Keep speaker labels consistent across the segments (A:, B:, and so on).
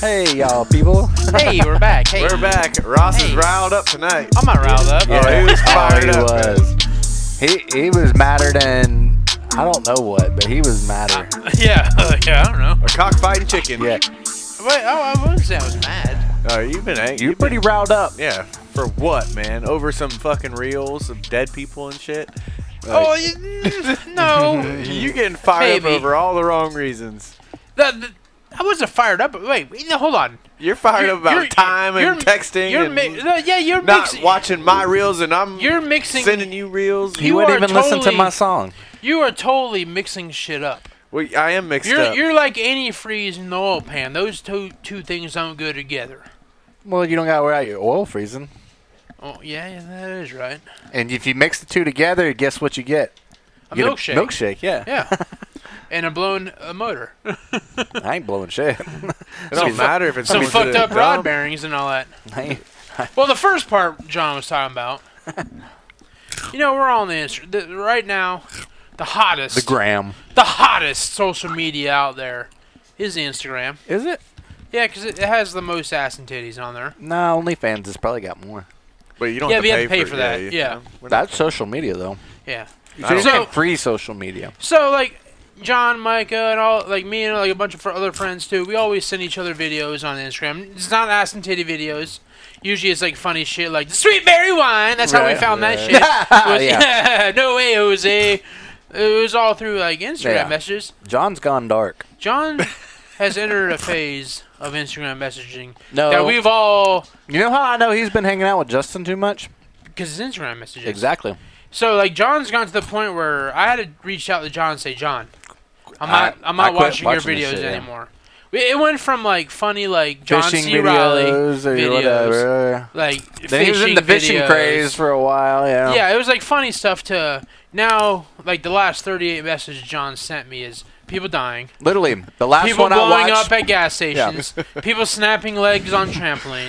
A: Hey, y'all people.
B: Hey, we're back. Hey,
C: We're back. Ross is
B: Hey.
C: riled up tonight.
B: I'm not riled up.
C: Oh, he was fired
A: he
C: up.
A: was. He, he was madder than, I don't know what, but he was madder.
B: Yeah, yeah. I don't know.
C: A cockfighting chicken.
A: Yeah.
B: Wait, oh, I wouldn't say I was mad.
C: Oh, you've been angry.
A: You're pretty riled up.
C: Yeah. For what, man? Over some fucking reels of dead people and shit.
B: Oh,
C: Like,
B: you, no.
C: you getting fired
B: Maybe.
C: up over all the wrong reasons.
B: The- the- I wasn't fired up. Wait, wait, no, hold on.
C: You're fired
B: You're-
C: up about
B: you're-
C: time and
B: you're-
C: texting
B: You're
C: and
B: mi- no, yeah, you're
C: not
B: mixing.
C: watching my reels, and I'm
B: You're mixing.
C: sending you reels.
A: He
B: You
A: wouldn't
B: are
A: even listen to
B: totally-
A: my song.
B: You are totally mixing shit up.
C: Well, I am mixed
B: You're
C: up.
B: you're like antifreeze and the oil pan. Those two two things don't go together.
A: Well, you don't got to worry about your oil freezing.
B: Oh yeah, yeah, that is right.
A: And if you mix the two together, guess what you get?
B: A
A: You get
B: milkshake.
A: milkshake, yeah.
B: Yeah. and a blown uh, motor.
A: I ain't blowing shit.
C: it don't matter if it's
B: Some
C: someone
B: fucked
C: should've
B: up rod
C: done.
B: bearings and all that.
A: I ain't-
B: Well, the first part John was talking about. you know, we're on the, inst- the right now. The hottest,
A: the gram.
B: the hottest social media out there is Instagram.
A: Is it?
B: Yeah, 'cause it, it has the most ass and titties on there.
A: No, OnlyFans has probably got more.
C: But you don't
B: Yeah,
C: have, to,
B: but you
C: pay
B: have to pay
C: for
B: for
C: it,
B: that,
C: you
B: yeah.
C: know? We're not-
A: That's social media, though.
B: Yeah.
C: I don't
A: So,
B: So-
A: free social media.
B: So like John, Micah, and all like me and like a bunch of fr- other friends too. We always send each other videos on Instagram. It's not ass and titty videos. Usually it's like funny shit like the sweet berry wine. That's how we
A: Right,
B: found
A: right.
B: that shit. Was-
A: Yeah.
B: yeah, no way, Jose. It was all through like Instagram
A: Yeah.
B: messages.
A: John's gone dark.
B: John has entered a phase of Instagram messaging
A: No.
B: that we've all
A: you know how I know he's been hanging out with Justin too much?
B: because it's Instagram messages.
A: Exactly.
B: So like John's gotten to the point where I had to reach out to John and say, John,
A: I-
B: I'm not I, am
A: I
B: not
A: quit
B: watching,
A: watching
B: your
A: this
B: videos
A: shit, yeah.
B: anymore. We- It went from like funny like John
A: fishing
B: C. Riley
A: videos or
B: videos,
A: whatever.
B: like
A: Then
B: fishing
A: he was in the fishing
B: videos.
A: craze for a while. Yeah.
B: Yeah, it was like funny stuff to now like the last 38 messages John sent me is people dying,
A: Literally, the last
B: people
A: one I
B: blowing
A: watched.
B: up at gas stations, people snapping legs on trampolines.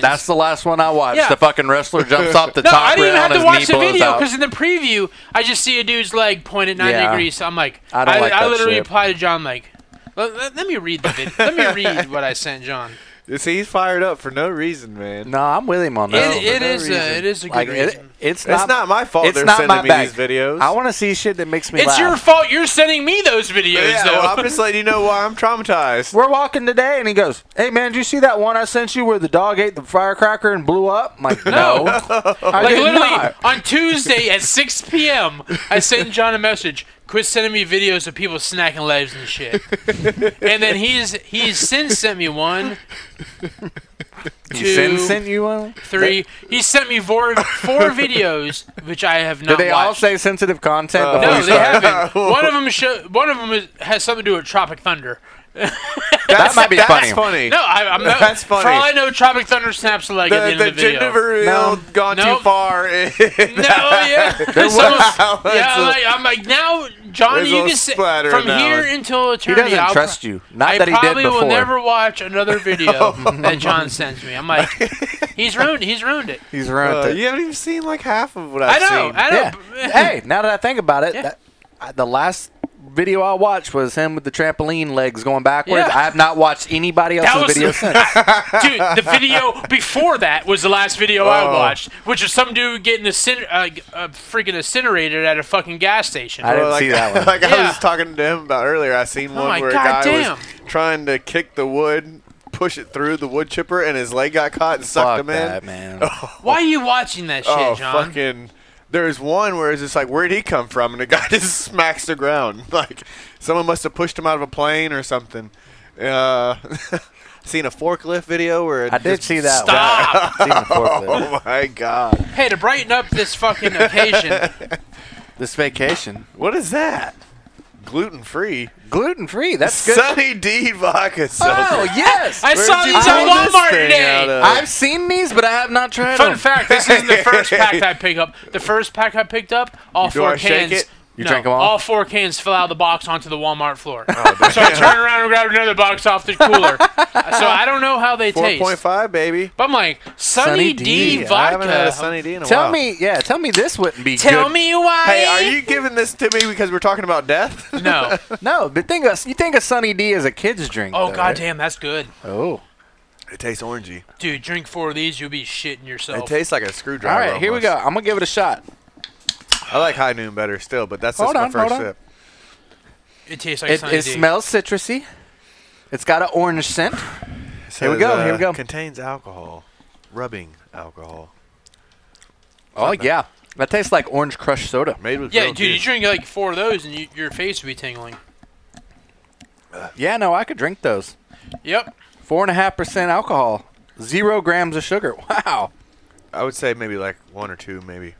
A: that's the last one I watched.
B: Yeah.
A: The fucking wrestler jumps off the
B: No,
A: top
B: I didn't
A: rail
B: even have
A: and
B: to
A: his
B: watch the
A: knee blows
B: video
A: out.
B: because in the preview, I just see a dude's leg point at 90
A: Yeah.
B: degrees. So I'm like,
A: I
B: I,
A: don't
B: I,
A: like that
B: literally
A: shit.
B: replied to John, like, let, let, let me read the video. let me read what I sent John.
C: See, he's fired up for no reason, man.
A: No, I'm with him on
B: It,
A: that.
B: it,
C: no
B: is
C: reason.
B: a, it is a good
A: like it,
B: reason.
A: it's
C: It's
A: not.
C: not, my fault
A: it's
C: they're
A: not my
C: sending me
A: bag.
C: these videos.
A: I want to see shit that makes me
B: it's
A: laugh.
B: your fault you're sending me those videos,
C: yeah,
B: though.
C: well, I'm just letting you know why I'm traumatized.
A: We're walking today, and he goes, "Hey man, did you see that one I sent you where the dog ate the firecracker and blew up?" I'm like, no,
B: No.
A: I
B: like,
A: did
B: literally,
A: not.
B: on Tuesday at 6 p.m., I sent John a message. Quit sending me videos of people snacking legs and shit. and then he's he's since sent me one,
A: You send,
B: two-
A: sent you one.
B: three. he sent me four four videos, which I have
A: Did
B: not.
A: they
B: watched.
A: all say sensitive content?
C: Uh,
A: before
B: No,
A: you
B: they
A: start?
B: haven't. One of them show, One of them is, has something to do with Tropic Thunder.
C: That's,
A: might be
C: that's
A: funny.
B: No, I, I'm not.
C: That's funny.
B: For all I know, Tropic Thunder snaps a leg at the
C: The,
B: end
C: the,
B: of the video.
C: gender reveal
A: No.
C: gone
B: Nope.
C: too far. Uh,
B: no, oh, yeah. Someone- yeah,
C: That's a-
B: like, I'm like now, John.
C: there's a
B: You can
C: little
B: sit
C: splatter
B: from
C: in that
B: here
C: one.
B: until
A: He
B: eternity.
A: doesn't
B: I'll pro-
A: trust you. Not
B: I
A: that he did
B: probably
A: before.
B: will never watch another video that John sends me. I'm like, he's ruined. He's ruined it.
A: He's ruined
C: Uh,
A: it.
C: you haven't even seen like half of what
B: I
C: I've
B: know.
C: seen.
B: I
A: Yeah.
B: know.
A: hey, now that I think about it,
B: Yeah.
A: that, I, the last video I watched was him with the trampoline legs going backwards.
B: Yeah.
A: I have not watched anybody
B: That
A: else's
B: was-
A: video since.
B: dude, the video before that was the last video I
C: Oh.
B: watched, which is some dude getting incinerate, uh, g- uh, freaking incinerated at a fucking gas station.
A: I didn't
C: like,
A: see that one.
C: like I
B: Yeah. Oh
C: was talking to him about earlier, I seen one
B: my
C: where a guy
B: God damn.
C: was trying to kick the wood, push it through the wood chipper, and his leg got caught and sucked
A: Fuck
C: him in.
A: that, man.
B: Why are you watching that shit,
C: Oh,
B: John?
C: fucking. There's one where it's just like, where'd he come from? And the guy just smacks the ground. Like, someone must have pushed him out of a plane or something. Uh, seen a forklift video where it
A: I did
C: just-
A: see that
B: Stop!
A: one. Seen the forklift.
C: Oh my god.
B: Hey, to brighten up this fucking occasion,
A: This vacation.
C: What is that? Gluten free.
A: Gluten free. That's good.
C: Sunny D vodka
A: Oh,
C: soda.
A: yes.
B: I
C: Where'd
B: saw
C: you
B: these at
A: pull
C: this
B: Walmart
C: thing out
B: today.
C: of?
A: I've seen these, but I have not tried
B: Fun
A: them.
B: fact: This isn't the first pack I pick up. The first pack I picked up, all
C: Do
B: four
C: I shake
B: cans
C: it?
A: You
B: no,
A: drank them all?
B: All four cans fell out of the box onto the Walmart floor.
C: Oh,
B: so I turned around and grabbed another box off the cooler. so I don't know how they
C: Four
B: taste.
C: point five, baby.
B: But I'm like,
A: Sunny
B: Sunny
A: D.
B: D,
A: Yeah,
C: I
B: vodka.
C: haven't had a Sunny D in a
A: Tell
C: while.
A: me, yeah, tell me this wouldn't be
B: Tell
A: good.
B: me why.
C: Hey, are you giving this to me because we're talking about death?
B: No.
A: No, but think of, you think of Sunny D as a kid's drink.
B: Oh,
A: though,
B: god
A: right?
B: damn, that's good.
A: Oh.
C: it tastes orangey.
B: Dude, drink four of these, you'll be shitting yourself.
C: It tastes like a
A: All
C: screwdriver.
A: right, here we go.
C: almost.
A: I'm gonna give it a shot.
C: I like High Noon better still, but that's
A: Hold
C: just
A: on,
C: my first
A: hold on.
C: sip.
B: it tastes like
A: It,
B: Sunny
A: it
B: D.
A: smells citrusy. It's got an orange scent.
C: It
A: Here we
C: says,
A: go, here we
C: uh,
A: go.
C: Contains alcohol, rubbing alcohol,
A: Oh yeah, that tastes like orange crush soda.
C: made with
B: yeah,
C: real
B: dude, you
C: juice.
B: drink like four of those and you, your face would be tingling.
A: Yeah, no, I could drink those.
B: Yep.
A: Four and a half percent alcohol, zero grams of sugar. Wow,
C: I would say maybe like one or two, maybe.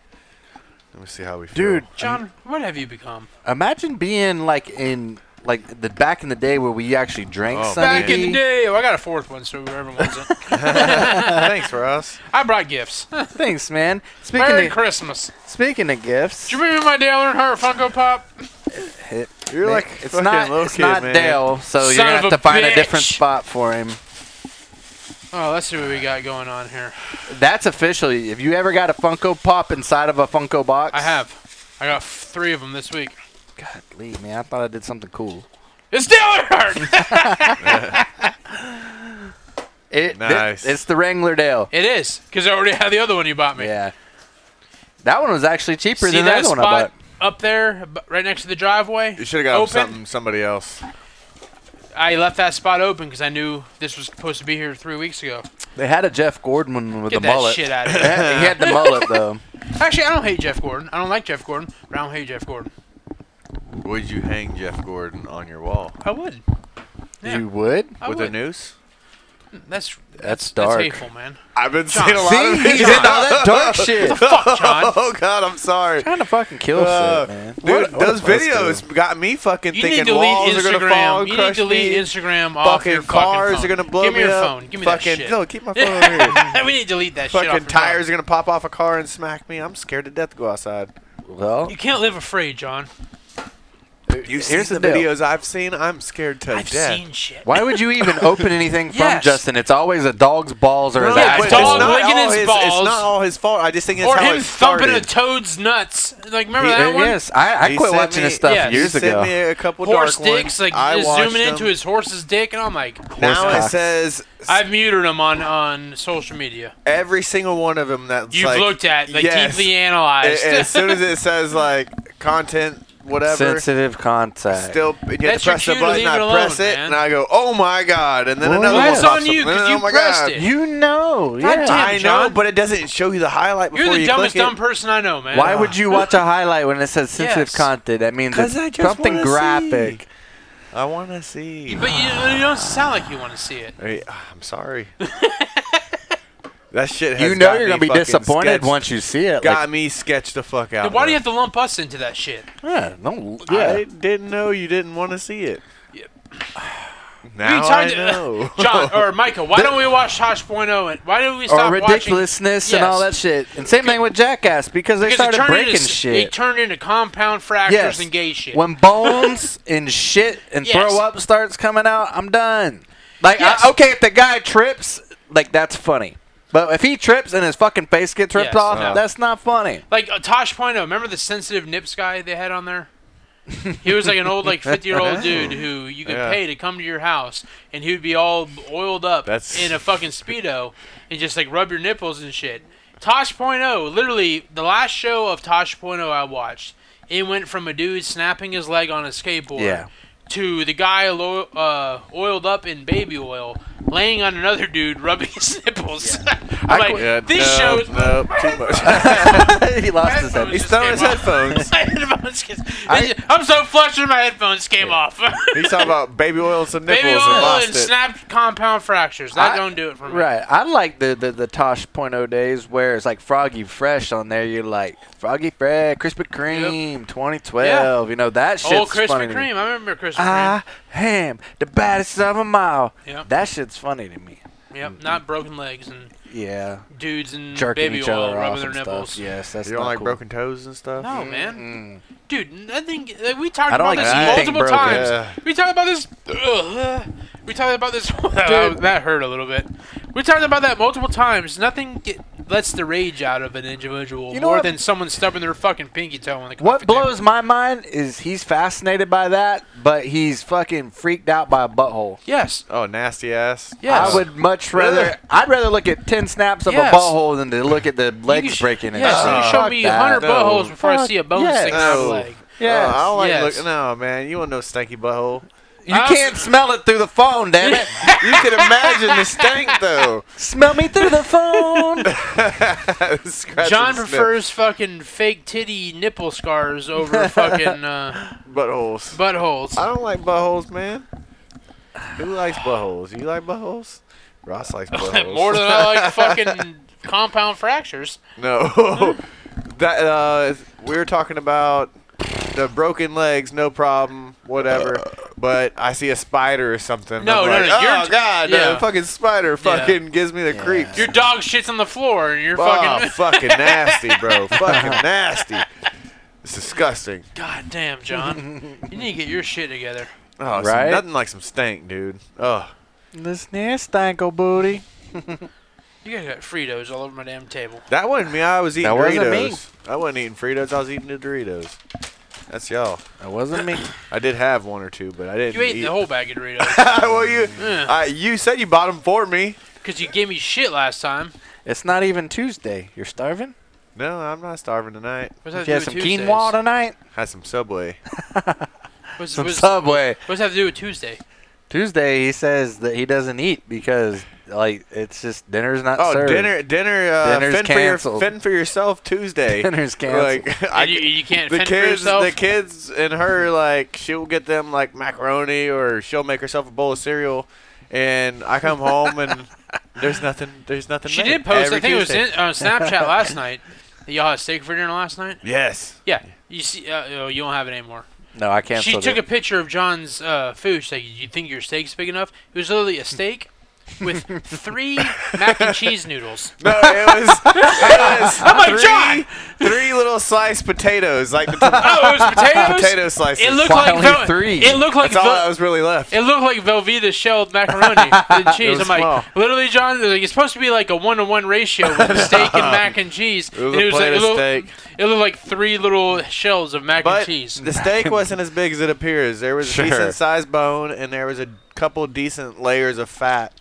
C: Let me see how we feel.
A: dude,
B: John, what have you become?
A: imagine being like in like the back in the day where we actually drank
C: Oh,
A: Sunny
B: Back in
A: D.
B: the day. Oh, I got a fourth one, so whoever wants it.
C: thanks for us.
B: I brought gifts.
A: Thanks, man. Speaking
B: Merry
A: of,
B: Christmas.
A: speaking of gifts,
B: Did you remember my Dale Earnhardt Funko Pop?
C: You're like
A: it's
C: fucking
A: not
C: little
A: it's
C: kid,
A: not
C: man.
A: Dale, so
B: Son
A: you are gonna
B: of
A: have
B: a
A: to find a different
B: bitch.
A: spot for him.
B: Oh, let's see what we got going on here.
A: That's officially. Have you ever got a Funko Pop inside of a Funko box?
B: I have. I got f- three of them this week.
A: God, Lee, man, I thought I did something cool.
B: It's Dale Earnhardt.
A: It,
C: Nice.
A: thi- it's the Wrangler Dale.
B: it is, because I already had the other one you bought me.
A: Yeah. That one was actually cheaper
B: See
A: than the
B: that
A: other one I
B: spot
A: bought.
B: up there, ab- right next to the driveway?
C: You should have got
B: open.
C: something somebody else.
B: I left that spot open because I knew this was supposed to be here three weeks ago.
A: They had a Jeff Gordon one with
B: Get
A: the
B: that
A: mullet.
B: shit out of
A: He
B: here.
A: had he had the mullet though.
B: Actually, I don't hate Jeff Gordon. I don't like Jeff Gordon, but I don't hate Jeff Gordon.
C: Would you hang Jeff Gordon on your wall
B: I would. Yeah,
A: You would?
B: I
C: with
B: would.
C: a noose?
B: That's
A: That's
B: that's
A: dark.
B: hateful, man.
C: I've been
B: John,
C: seeing a lot
A: See,
C: of
A: he's
C: videos.
A: into all that dark shit.
B: Fuck, John.
C: Oh God, I'm sorry.
A: Trying to fucking kill
C: Uh,
A: shit, man.
C: Dude,
A: What- what a
C: those
A: place to
C: videos
A: go.
C: got me fucking
B: You need to
C: thinking
B: delete
C: walls are gonna fall
B: Instagram.
C: and
B: You need to
C: crush
B: delete
C: me.
B: Instagram off
C: Fucking
B: your
C: cars
B: fucking
C: are
B: phone.
C: gonna blow
B: Give me,
C: me
B: your
C: up.
B: phone. Give me
C: fucking,
B: that shit.
C: No, keep my phone over here.
B: we need to delete that shit. off
C: Fucking
B: your
C: tires
B: phone.
C: are gonna pop off a car and smack me. I'm scared to death to go outside.
A: Well,
B: You can't live afraid, John.
C: You
A: here's
C: see
A: the deal.
C: videos I've seen. I'm scared to
B: I've
C: death.
B: seen shit.
A: Why would you even open anything from
B: Yes.
A: Justin? It's always a dog's balls or his
B: Yeah,
C: but
A: asshole.
C: it's
B: dog
C: not
B: licking
C: all
B: his
C: his-
B: balls.
C: It's not all his fault. I just think it's
B: Or
C: how
B: him
C: it
B: thumping a
C: started.
B: toad's nuts. Like remember
A: He- uh,
B: that one?
A: yes, I, I
C: He
A: quit
C: sent
A: watching
C: me-
A: his stuff
B: yeah, he
A: years
C: he
A: ago.
C: Sent me a couple
B: Horse
C: dark ones.
B: dicks, like
C: I
B: just
C: watched
B: zooming into
C: them.
B: his horse's dick, and I'm like,
C: Now
A: Horse
C: it
A: cock.
C: says
B: I've muted him on on social media.
C: every single one of them that's
B: You've
C: like,
B: looked at, like
C: yes.
B: deeply
C: A-
B: analyzed.
C: as soon as it says like content, whatever.
A: Sensitive contact.
C: Still, and you have
B: That's
C: to press
B: your
C: the
B: cue to
C: button.
B: leave
C: I
B: it alone,
C: press it,
B: man.
C: and I go, "Oh my god!" And then
A: Well,
C: another
A: that's
C: one pops
B: on you,
C: up, and
B: 'cause
C: then,
B: you
C: oh my
B: pressed
C: god.
B: it.
A: you know.
B: God
A: yeah.
B: damn
C: I know,
B: John.
C: but it doesn't show you the highlight before
B: You're the
C: you
B: dumbest
C: click
B: dumb
C: it.
B: person I know, man.
A: Why would you watch a highlight when it says sensitive
B: Yes.
A: content? That means
C: 'Cause
A: it's
C: I just
A: something
C: wanna
A: graphic.
C: I want to see.
B: But you, you don't sound like you want to see it.
C: Hey, ah, I'm sorry. that shit. Has
A: You know
C: got
A: you're
C: me
A: gonna be
C: fucking
A: disappointed
C: sketched-
A: once you see it.
C: Got me sketched the fuck out.
B: Then why do you
C: bro.
B: have to lump us into that shit?
A: yeah, no,
C: I
A: yeah.
C: didn't know you didn't want to see it.
B: Yep.
C: Now
B: We
C: I
B: talked-
C: know.
B: John or Michael, why don't we watch Tosh Point oh and why don't we
A: or
B: stop watching?
A: ridiculousness and all that
B: Yes.
A: shit. And same thing with Jackass because they
B: Because it
A: started
B: turned
A: breaking
B: into,
A: shit.
B: It turned into compound fractures
A: Yes.
B: and gay shit.
A: When bones and shit and
B: Yes.
A: throw up starts coming out, I'm done. Like, I-
B: Yes.
A: okay, if the guy trips, like that's funny. But if he trips and his fucking face gets ripped
B: Yes,
A: off,
C: no.
A: that's not funny.
B: like uh, Tosh Point oh, remember the sensitive nips guy they had on there? he was like an old, like fifty-year-old dude who you could
C: Yeah.
B: pay to come to your house, and he would be all oiled up
C: That's-
B: in a fucking speedo and just like rub your nipples and shit. Tosh Point oh, literally the last show of Tosh Point oh I watched, it went from a dude snapping his leg on a skateboard
A: Yeah.
B: to the guy lo- uh, oiled up in baby oil laying on another dude rubbing his nipples. I'm like,
C: Yeah, no,
B: this shows
C: no, too much.
A: he lost his head.
B: Headphones.
C: He's throwing his
B: Just came
C: headphones.
B: my headphones came- I'm so flushed with my headphones came off.
C: He's talking about baby oil and some nipples
B: Baby
C: and
B: oil
C: lost
B: and
C: it.
B: snapped compound fractures. That
A: I-
B: don't do it for me.
A: Right. I like the, the, the Tosh point oh days where it's like Froggy Fresh on there. You're like Froggy Fresh, Krispy Kreme, 2012. You know that shit's
B: Old
A: funny
B: Krispy
A: to me. Ah.
B: Kreme. I remember Krispy
A: I
B: Kreme.
A: am the baddest of them all.
B: Yep.
A: That shit's funny to me.
B: Yep, not broken legs and
A: Yeah.
B: dudes and
A: Jerking
B: Mm, baby
A: each
B: oil
A: other
B: rubbing
A: off
B: their
A: and
B: nipples.
A: stuff. Yes, that's
C: you don't
A: not
C: like
A: cool.
C: broken toes and stuff.
B: No,
A: Mm.
B: man. Dude, I think like, we talked
A: I don't
B: about
A: like
B: this
A: anything
B: multiple
A: broken.
B: times.
C: Yeah.
B: We talked about this. Ugh. we talked about this. Dude. that hurt a little bit. We talked about that multiple times. Nothing get, lets the rage out of an individual
A: You know
B: more
A: what?
B: than someone stubbing their fucking pinky toe on the coffee
A: What
B: table.
A: blows my mind is he's fascinated by that, but he's fucking freaked out by a butthole.
B: Yes.
C: Oh, nasty ass.
B: Yes.
A: I would much
C: Really?
A: rather. I'd rather look at ten snaps of
B: Yes.
A: a butthole than to look at the legs
B: sh-
A: breaking.
B: Yes,
A: and
B: you
C: Oh,
A: shit.
B: show
A: Fuck
B: me a
A: that.
B: hundred buttholes
A: No.
B: before I
A: Fuck
B: see a bone
A: yes.
B: sticking out of a
C: No.
B: leg.
A: Yes.
C: Oh, I don't like
B: Yes.
C: look- No, man. You want no stanky butthole.
A: you
B: I-
A: can't smell it through the phone,
B: Oh.
A: damn it!
C: You can imagine the stank though.
A: smell me through the phone.
C: Scratch
B: John
C: and sniff.
B: prefers fucking fake titty nipple scars over fucking uh,
C: buttholes.
B: buttholes.
C: I don't like buttholes, man. Who likes buttholes? You like buttholes? Ross likes buttholes.
B: More than I like fucking compound fractures.
C: no. that uh, we were talking about the broken legs, no problem, whatever. But I see a spider or something.
B: No,
C: I'm
B: no,
C: like,
B: no,
C: Oh
B: you're-
C: God,
B: yeah.
C: the fucking spider fucking gives me the
A: Yeah.
C: creeps.
B: Your dog shits on the floor and you're
C: oh,
B: fucking.
C: fucking nasty, bro. fucking nasty. It's disgusting.
B: God damn, John. you need to get your shit together.
C: Oh, it's
A: Right?
C: Nothing like some stank, dude. Ugh.
A: this nasty stanko booty.
B: You guys got Fritos all over my damn table.
C: That wasn't me. I was eating
A: That wasn't
C: Doritos.
A: me.
C: I wasn't eating Fritos. I was eating the Doritos. That's y'all.
A: That wasn't me.
C: I did have one or two, but I didn't.
B: You ate
C: eat.
B: the whole bag of Doritos
C: well, you,
B: Yeah.
C: I, you said you bought them for me.
B: because you gave me shit last time.
A: It's not even Tuesday. You're starving.
C: No, I'm not starving tonight.
A: Did
B: What's that
A: you
B: to
A: have
B: do
A: some
B: with Tuesdays?
A: quinoa tonight?
C: Had some Subway.
B: What's,
A: Some
B: what's,
A: Subway.
B: what's that to do with Tuesday?
A: Tuesday, he says that he doesn't eat because like it's just dinner's not
C: Oh,
A: served.
C: dinner, dinner, uh,
A: Dinner's
C: fend for, your,
A: canceled.
C: fend for yourself Tuesday.
A: dinner's canceled.
C: Like,
B: And
C: I,
B: you, you can't
C: the
B: fend for
C: kids,
B: yourself.
C: the kids, and her like she'll get them like macaroni or she'll make herself a bowl of cereal, and I come home and there's nothing. There's nothing.
B: she
C: made
B: did post.
C: every
B: I think
C: Tuesday.
B: it was in, on Snapchat last night. that Y'all had steak for dinner last night.
C: Yes.
B: Yeah, you see, uh, oh, you don't have it anymore.
A: no, I can't.
B: she took a picture of John's uh, food. She's like, "You think your steak's big enough?" It was literally a steak with three mac and cheese noodles.
C: No, it was. it was
B: I'm like,
C: three,
B: "John!"
C: Three little sliced potatoes, like the
B: Oh, it was potatoes.
C: potato slices.
B: It looked
A: Finally
B: like Vel-
A: three.
B: It looked like
C: That's all
B: Vel-
C: that was really left.
B: it looked like Velveeta shelled macaroni and cheese.
C: was
B: I'm like,
C: small.
B: literally, John. they're like, it's supposed to be like a one to one ratio with steak and mac and cheese.
C: It was
B: and
C: a plate
B: like,
C: of
B: little-
C: steak,
B: It looked like three little shells of mac
C: but
B: and cheese.
C: the steak wasn't as big as it appears. There was
A: Sure.
C: a decent sized bone, and there was a couple decent layers of fat.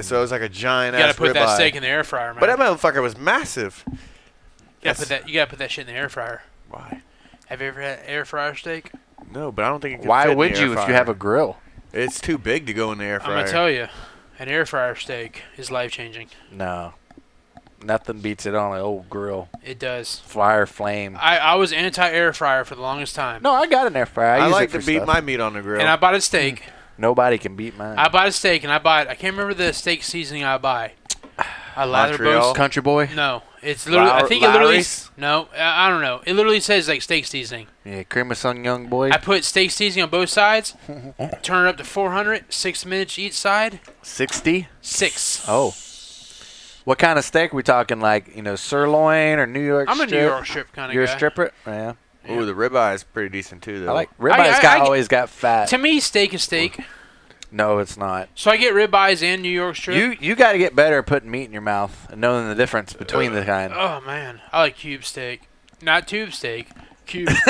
C: So it was like a giant
B: you gotta
C: ass
B: put that
C: ribeye.
B: steak in the air fryer, man.
C: But that motherfucker was massive.
B: you gotta put that. You gotta put that shit in the air fryer.
C: Why?
B: Have you ever had air fryer steak?
C: No, but I don't think it. Could fit
A: Why
C: in the
A: would
C: air
A: you if you
C: fryer.
A: have a grill?
C: It's too big to go in the air
B: I'm
C: fryer.
B: gonna tell you, an air fryer steak is life changing.
A: No, nothing beats it on an old grill.
B: It does.
A: Fire flame.
B: I, I was anti air fryer for the longest time,
A: no, I got an air fryer. I,
C: I,
A: use
C: like
A: it
C: to
A: for
C: beat
A: stuff.
C: my meat on the grill.
B: and I bought a steak.
A: Mm. Nobody can beat mine.
B: I bought a steak, and I bought. I can't remember the steak seasoning I buy. I lather
C: Montreal?
B: both.
A: Country boy.
B: No, it's literally. I
C: Low-
B: think it literally.
C: Lowry's?
B: No, I I don't know. It literally says like steak seasoning.
A: Yeah, cream of some young boy.
B: I put steak seasoning on both sides. Turn it up to 400. Six minutes each side.
A: Sixty.
B: Six.
A: Oh. What kind of steak we talking? Like you know, sirloin or New York?
B: I'm a
A: strip?
B: New York strip kind of
A: You're a
B: guy.
A: stripper. Yeah.
C: Ooh, the ribeye is pretty decent too, though.
A: I like
B: I-
A: ribeyes.
B: I-
A: got
B: I-
A: always got fat.
B: To me, steak is steak.
A: no, it's not.
B: So I get ribeyes and New York strip.
A: You you got to get better at putting meat in your mouth and knowing the difference between the kind.
B: Oh man, I like cube steak, not tube steak. Cube,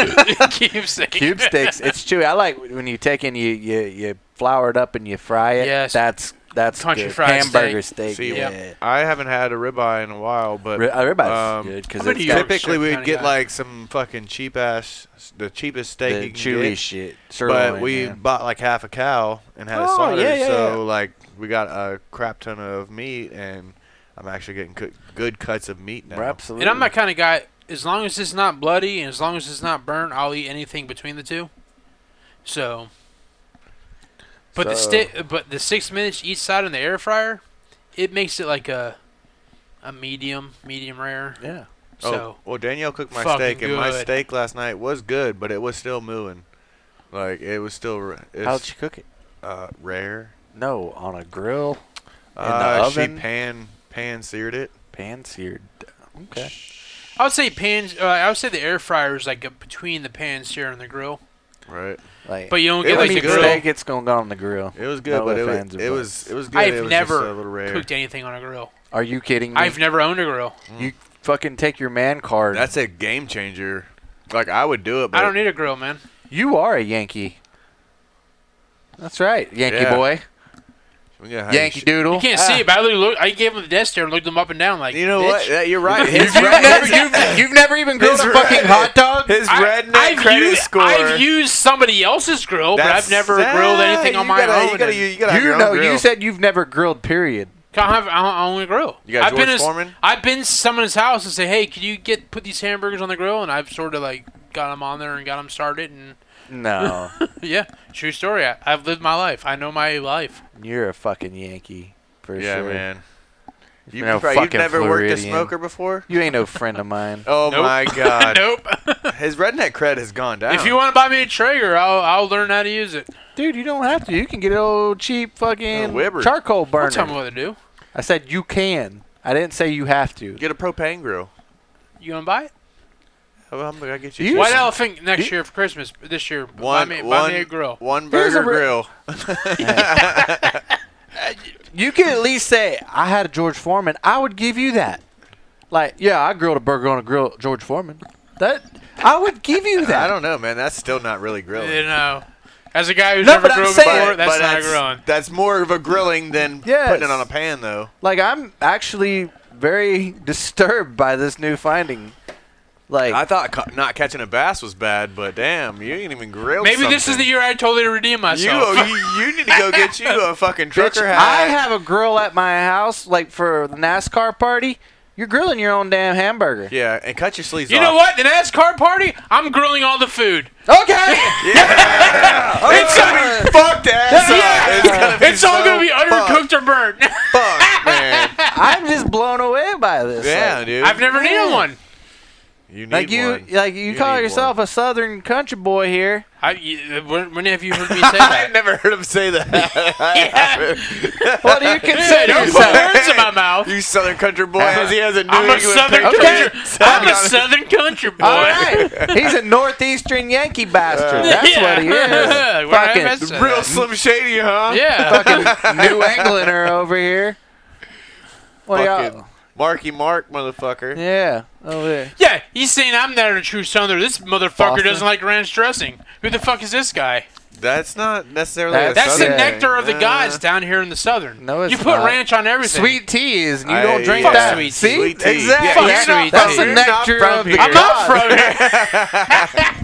B: cube steak.
A: Cube steaks, it's chewy. I like when you take in you you you flour it up and you fry it.
B: Yes.
A: that's that's
B: Country
A: good.
B: fried
A: hamburger steak.
C: See,
A: yeah,
C: I haven't had a ribeye in a while, but
A: Ri- uh, ribeye's
C: Um,
A: good because
B: I'm gonna
A: it's
B: use
A: got
C: typically
B: Sure,
C: we'd
B: kinda
C: get
B: guy.
C: like some fucking cheap ass, the cheapest
A: the
C: steak you can
A: chewy
C: get.
A: shit.
C: But
A: Sirloin,
C: we
A: yeah.
C: bought like half a cow and had a
A: Oh,
C: slaughter,
A: yeah, yeah,
C: so
A: yeah.
C: like we got a crap ton of meat, and I'm actually getting coo- good cuts of meat now.
A: absolutely.
B: And I'm that kind of guy. As long as it's not bloody and as long as it's not burnt, I'll eat anything between the two. So, but the
A: So-
B: stick, but the six minutes each side in the air fryer, it makes it like a a medium, medium rare.
A: yeah.
C: Oh,
B: So
C: well, Danielle cooked my
B: fucking
C: steak, and my
B: good.
C: steak last night was good, but it was still mooing. Like it was still r-
A: How'd
C: it's,
A: you cook it?
C: uh, rare.
A: No, on a grill. In
C: Uh,
A: the oven?
C: She pan pan seared it.
A: pan seared. Okay.
B: I would say pan. Uh, I would say the air fryer is like a, between the pan sear and the grill,
C: Right.
A: Like,
B: but you don't
C: It
B: get
C: was
B: like the
C: good.
B: grill.
A: steak, it's gonna go on the grill.
C: It was good,
A: No
C: but it
A: offense,
C: was,
A: but-
C: it was it was good.
B: I've
C: it was just
B: never
C: a little rare.
B: cooked anything on a grill.
A: Are you kidding me?
B: I've never owned a grill.
A: you fucking take your man card.
C: That's a game changer. Like I would do it, but
B: I don't need a grill, man.
A: you are a Yankee. That's right, Yankee
C: Yeah.
A: boy,
C: We gotta have
A: Yankee
C: sh-
A: doodle.
B: You can't see it, but I literally looked, I gave him the desk there and looked them up and down like.
C: Ah. You know what?
B: "Bitch."
C: Yeah, you're right.
A: You've,
C: His,
A: you've
C: red,
A: never,
C: his,
A: you've, you've never even grilled
C: His
A: a fucking
C: red-
A: hot dog.
C: his
B: I-
C: redneck
B: I've
C: credit
B: used,
C: score.
B: I've used somebody else's grill, but I've never
C: That's-
B: grilled anything
C: you
B: on my
C: gotta,
B: own.
C: You gotta,
B: and-
C: you, gotta have
A: you
C: your own
A: know,
C: grill.
A: you said you've never grilled. Period.
B: Can't have. I don't, I don't grill.
C: You got
B: I've been
C: George
B: as-
C: Foreman?
B: I've been to someone's house and say, "Hey, could you get put these hamburgers on the grill?" And I've sort of like got them on there and got them started. And
A: No,
B: yeah, true story. I, I've lived my life. I know my life.
A: you're a fucking Yankee for
C: yeah,
A: sure.
C: man. You,
A: No
C: probably, you've
A: fucking
C: never worked a
A: Floridian.
C: smoker before.
A: You ain't no friend of mine.
C: Oh
B: Nope.
C: my god,
B: nope.
C: his redneck cred has gone down.
B: if you want to buy me a Traeger, I'll I'll learn how to use it.
A: Dude, you don't have to. You can get an old cheap
C: Uh,
A: fucking
C: Weber.
A: charcoal
B: Don't tell me
A: burner.
B: what to do.
A: I said you can. I didn't say you have to.
C: get a propane grill,
B: You gonna buy it?
C: I'm, I'm gonna get
A: You-
C: you
B: White
A: some-
B: elephant next
A: you-
B: year for Christmas. This year,
C: one
B: buy me, buy
C: one
B: me a grill.
C: one
A: Here's a
C: burger
A: re-
C: grill.
A: You can at least say I had a George Foreman. I would give you that. Like, yeah, I grilled a burger on a grill, at George Foreman. That I would give you that.
C: I don't know, man. That's still not really grilling.
B: You know, as a guy who's
A: No,
B: never
A: but I'm
B: grilled
A: saying-
B: before, that's
C: but
B: not a
C: that's,
B: grilling.
C: that's more of a grilling than
A: Yes.
C: putting it on a pan, though.
A: Like, I'm actually very disturbed by this new finding. Like,
C: I thought ca- not catching a bass was bad, but damn, you ain't even grilled.
B: Maybe this is the
C: something.
B: year I totally redeem
C: You,
B: myself.
C: you you need to go get you a fucking
A: bitch,
C: trucker
A: I
C: hat.
A: have a grill at my house, like for the NASCAR party. You're grilling your own damn hamburger.
C: yeah, and cut your sleeves
B: You
C: off.
B: know what? The NASCAR party, I'm grilling all the food.
A: Okay.
C: It's gonna be fucked ass up. It's, gonna be
B: It's
C: so
B: all gonna be undercooked or burnt.
C: Fucked, fucked, man.
A: I'm just blown away by this.
C: yeah,
A: Like,
C: dude.
B: I've never
A: Yeah.
B: needed one.
C: You need
A: like you,
C: one.
A: like you,
C: You
A: call
C: need
A: yourself a Southern country boy here.
B: I, you, uh, when, when have you heard me say
C: I've
B: that?
C: never heard him say that.
A: What do you consider
B: Don't put
A: yourself?
B: words in my mouth.
C: you Southern country boy, as he has a New
B: I'm a
C: England
B: southern
C: picture.
A: Okay.
B: country. I'm a southern country boy.
A: All right, he's a northeastern Yankee
C: Uh,
A: bastard. That's
B: Yeah.
A: what he is.
B: Where I messed
A: fucking,
B: up.
C: Real Slim Shady, huh?
B: Yeah.
A: fucking New Englander over here. What do
C: Fucking
A: y'all?
C: Marky Mark, motherfucker.
A: Yeah, over there.
B: Yeah, he's saying I'm not a true southerner. This motherfucker
A: Boston.
B: doesn't like ranch dressing. Who the fuck is this guy?
C: That's not necessarily. a
B: That's the
A: Yeah.
C: Southern thing.
B: nectar of the
C: Uh,
B: gods down here in the southern.
A: No, it's
B: you put
A: not.
B: ranch on everything.
A: Sweet tea is, and you
C: I-
A: don't drink
B: yeah.
A: that.
B: Fuck sweet tea.
A: See,
C: Sweet tea.
A: exactly.
C: Yeah,
A: that's
B: you're not-
A: that's the
B: you're
C: not
A: nectar
C: from
A: of the
C: here.
B: I'm
A: gods.
B: not from here.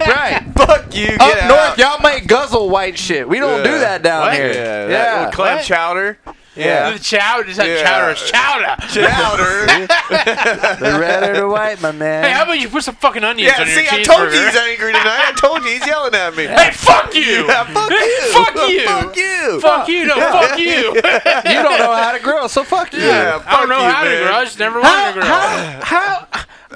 A: Right.
C: Fuck you. Get
A: Up
C: out.
A: north, y'all make guzzle white shit. We don't do
C: Yeah.
A: that down
B: What?
A: here.
C: Yeah, that little clam
B: What?
C: chowder.
A: Yeah.
B: The chowder is
C: Yeah.
B: that chowder. It's chowder.
C: Chowder.
A: the red or the white, my man.
B: Hey, how about you put some fucking onions
C: yeah,
B: on your
C: see, I
B: cheeseburger?
C: told you he's angry tonight. I told you he's yelling at me.
B: Hey, fuck you!
C: Yeah, fuck you.
B: Fuck you.
C: Fuck you.
B: Fuck you! No, fuck you!
A: you don't know how to grill, so fuck you.
C: Yeah,
B: I don't
C: fuck
B: know
C: you,
B: how to
C: man.
B: grow. I just never
A: How,
B: wanted to grow.
A: how, how,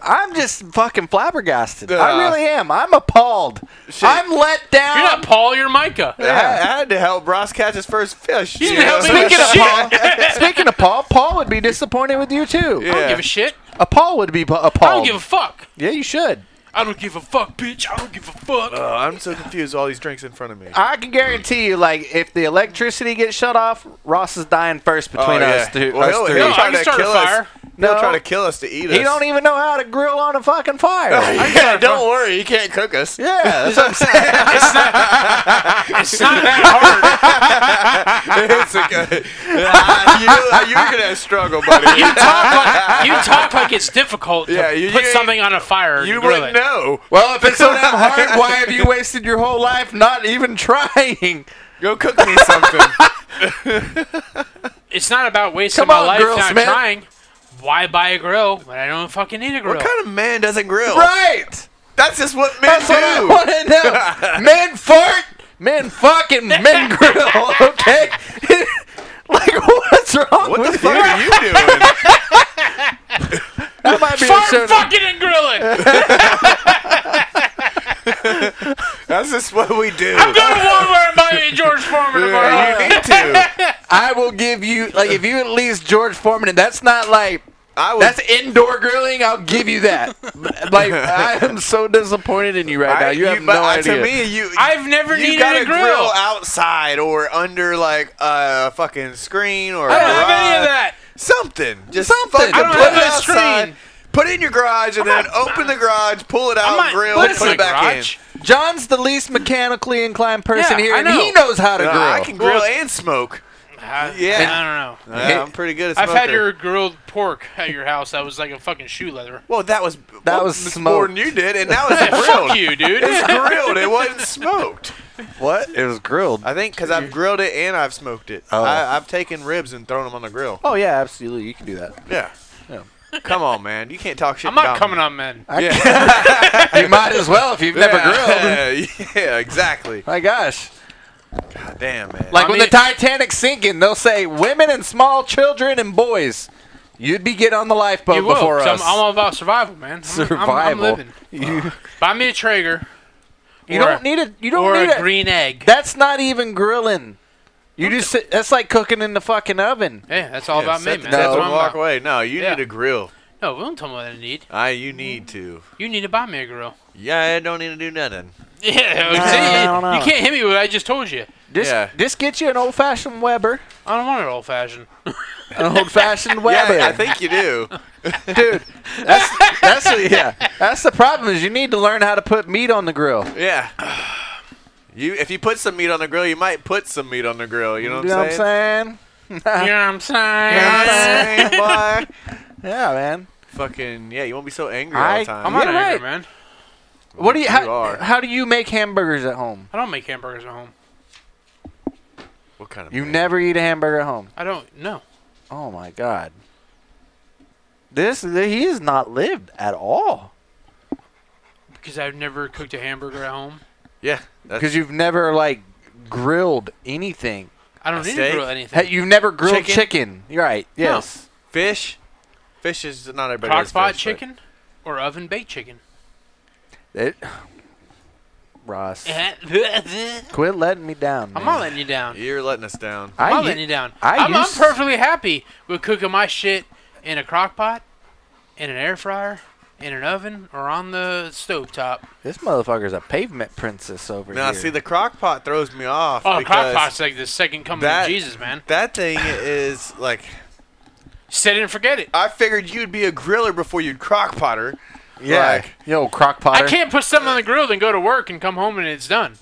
A: I'm just fucking flabbergasted. I
C: Yeah.
A: really am. I'm appalled.
C: Shit.
A: I'm let down.
B: You're not Paul. You're Micah.
C: I, I had to help Ross catch his first fish.
B: You
C: you
B: didn't
C: know?
B: help me with
A: Speaking of
B: shit.
A: Paul, speaking of Paul, Paul would be disappointed with you too.
B: I don't
C: Yeah.
B: give a shit.
A: A Paul would be p- appalled.
B: I don't give a fuck.
A: yeah, you should.
B: I don't give a fuck, bitch. I don't give a fuck.
C: Oh, I'm so confused. All these drinks in front of me.
A: I can guarantee you, like, if the electricity gets shut off, Ross is dying first between
C: Oh,
A: us,
C: yeah.
A: two,
C: Well,
A: us
C: he'll-
A: three.
C: he'll
B: No,
C: try
B: I can
C: to
B: start a
C: kill
B: fire.
C: Us. He'll
A: No.
C: try to kill us to eat us. Oh,
A: He don't even know how to grill on a fucking fire.
C: yeah, don't worry. He can't cook us.
A: yeah, that's what I'm saying.
B: It's not that hard.
C: it's a good. Ah, you, are gonna struggle, buddy.
B: You talk like you talk like it's difficult to
C: Yeah, you-
B: put
C: you-
B: something on a fire. and
C: You
B: grill
C: wouldn't
B: it.
C: know.
A: Well, if it's so damn hard, why have you wasted your whole life not even trying?
C: Go cook me something.
B: It's not about wasting
A: Come
B: my
A: on,
B: life
A: Grill
B: not
A: Smith.
B: trying. Why buy a grill when I don't fucking need a grill?
C: what kind of man doesn't grill?
A: Right.
C: That's just what men
A: That's
C: do.
A: what I want to know. Men fart, men fucking, men grill. Okay. like, what's wrong
C: What
A: with
C: the fuck
A: you?
C: are you doing?
A: That might be
B: Fart
A: absurd.
B: fucking and grilling.
C: That's just what we do.
B: Go to Walmart and buy me a George Foreman tomorrow.
C: Yeah, you need to.
A: I will give you like if you at least George Foreman, and that's not like
C: I was,
A: that's indoor grilling. I'll give you that. like I am so disappointed in you right
C: I-
A: now. You, have
C: but,
A: no
C: uh,
A: idea.
C: To me, you
B: I've never
C: you
B: needed
C: got
B: a
C: to
B: grill.
C: grill outside or under like a fucking screen or
B: I
C: a
B: don't have any of
C: garage.
B: that.
C: Something. Just
A: Something.
C: fucking
A: I don't
C: put
A: have
C: it
B: a screen.
C: outside, Put it in your garage and then open the garage, pull it out,
B: I'm not
C: grill,
B: but
C: and
B: it's
C: put
B: my
C: it back
B: garage.
C: in.
A: John's the least mechanically inclined person
B: Yeah,
A: here,
B: I
A: and he
B: know.
A: knows how to
C: Nah,
A: grill.
C: I can grill and smoke.
B: I,
C: Uh, Yeah.
B: I don't know.
C: Yeah, I'm pretty good at
B: I've
C: smoking.
B: had your grilled pork at your house that was like a fucking shoe leather.
C: Well, that was
A: That
C: well,
A: was
C: it's more than you did, and now it's grilled.
B: Fuck you, dude.
C: It's grilled. It wasn't smoked. What?
A: It was grilled.
C: I think because I've grilled it and I've smoked it.
A: Oh.
C: I, I've taken ribs and thrown them on the grill.
A: Oh yeah, absolutely. You can do that.
C: Yeah.
A: Yeah.
C: Come on, man. You can't talk shit.
B: I'm not
C: about
B: coming
C: me.
B: on men.
A: I you might as well if you've never grilled.
C: yeah. grilled. Yeah, exactly.
A: My gosh.
C: Damn, man.
A: Like
B: I
A: when
B: mean-
A: the Titanic's sinking, they'll say women and small children and boys. You'd be getting on the lifeboat
B: You will.
A: before
B: 'cause
A: us.
B: I'm, I'm all about survival, man. I'm- I'm-
A: Survival.
B: I'm, living.
A: You,
B: Buy me a Traeger.
A: you
B: or
A: don't
B: a-
A: need it. You don't
B: or
A: need
B: a
A: it.
B: green egg.
A: That's not even grilling. You just sit, that's like cooking in the fucking oven.
B: yeah, that's all
C: Yeah,
B: about me,
C: set the
A: No.
B: man. That's
C: table and
B: what I'm
C: walk
B: about.
C: away. No, you
B: Yeah.
C: need a grill.
B: No, we don't tell me what I need.
C: I, you need to.
B: You need to buy me a grill.
C: Yeah, I don't need to do nothing.
B: Yeah,
A: No,
B: see,
A: I don't know.
B: you can't hit me with what I just told you.
A: Just
C: Yeah.
A: just get you an old fashioned Weber,
B: I don't want it old fashioned.
A: an old fashioned Weber.
C: Yeah, I think you do.
A: dude. That's that's the- yeah. That's the problem is you need to learn how to put meat on the grill.
C: Yeah. You, if you put some meat on the grill, you might put some meat on the grill. You know what,
A: you know what I'm saying?
B: you know what I'm saying?
C: I'm saying? boy?
A: Yeah, man.
C: Fucking yeah, you won't be so angry all
A: I-
C: the time.
B: I'm not
A: Yeah,
B: angry,
A: right.
B: man.
A: What do you,
C: You
A: how,
C: are.
A: how do you make hamburgers at home?
B: I don't make hamburgers at home.
C: what kind of
A: You
C: man?
A: never eat a hamburger at home.
B: I don't. No.
A: Oh my god. This he has not lived at all
B: Because I've never cooked a hamburger at home.
C: Yeah, that's
A: because you've never like grilled anything.
B: I don't
C: A
B: need
C: steak?
B: to grill
A: Hey,
B: anything.
A: You've never grilled
C: Chicken?
A: chicken. You're right. Yes.
C: fish. Fish is not everybody.
B: Crock
C: has
B: pot
C: fish, but-
B: chicken or oven baked chicken.
A: It, Ross,
B: Eh. I'm
A: quit letting me down. Man.
B: not letting you down.
C: You're letting us down.
B: I'm
A: I
B: not
A: u-
B: letting you down.
A: I
B: I'm, I'm
A: used-
B: perfectly happy with cooking my shit in a crock pot, in an air fryer, in an oven, or on the stove top.
A: This motherfucker's a pavement princess over
C: Now,
A: here.
C: see, the crock pot throws me off.
B: Oh, crock
C: because
B: pot's like the second coming
C: that-
B: of Jesus, man.
C: That thing is like.
B: Set it and forget it.
C: I figured you'd be a griller before you'd crock potter.
A: yeah,
C: Like,
A: yo, crock potter.
B: I can't put something on the grill and go to work and come home and it's done.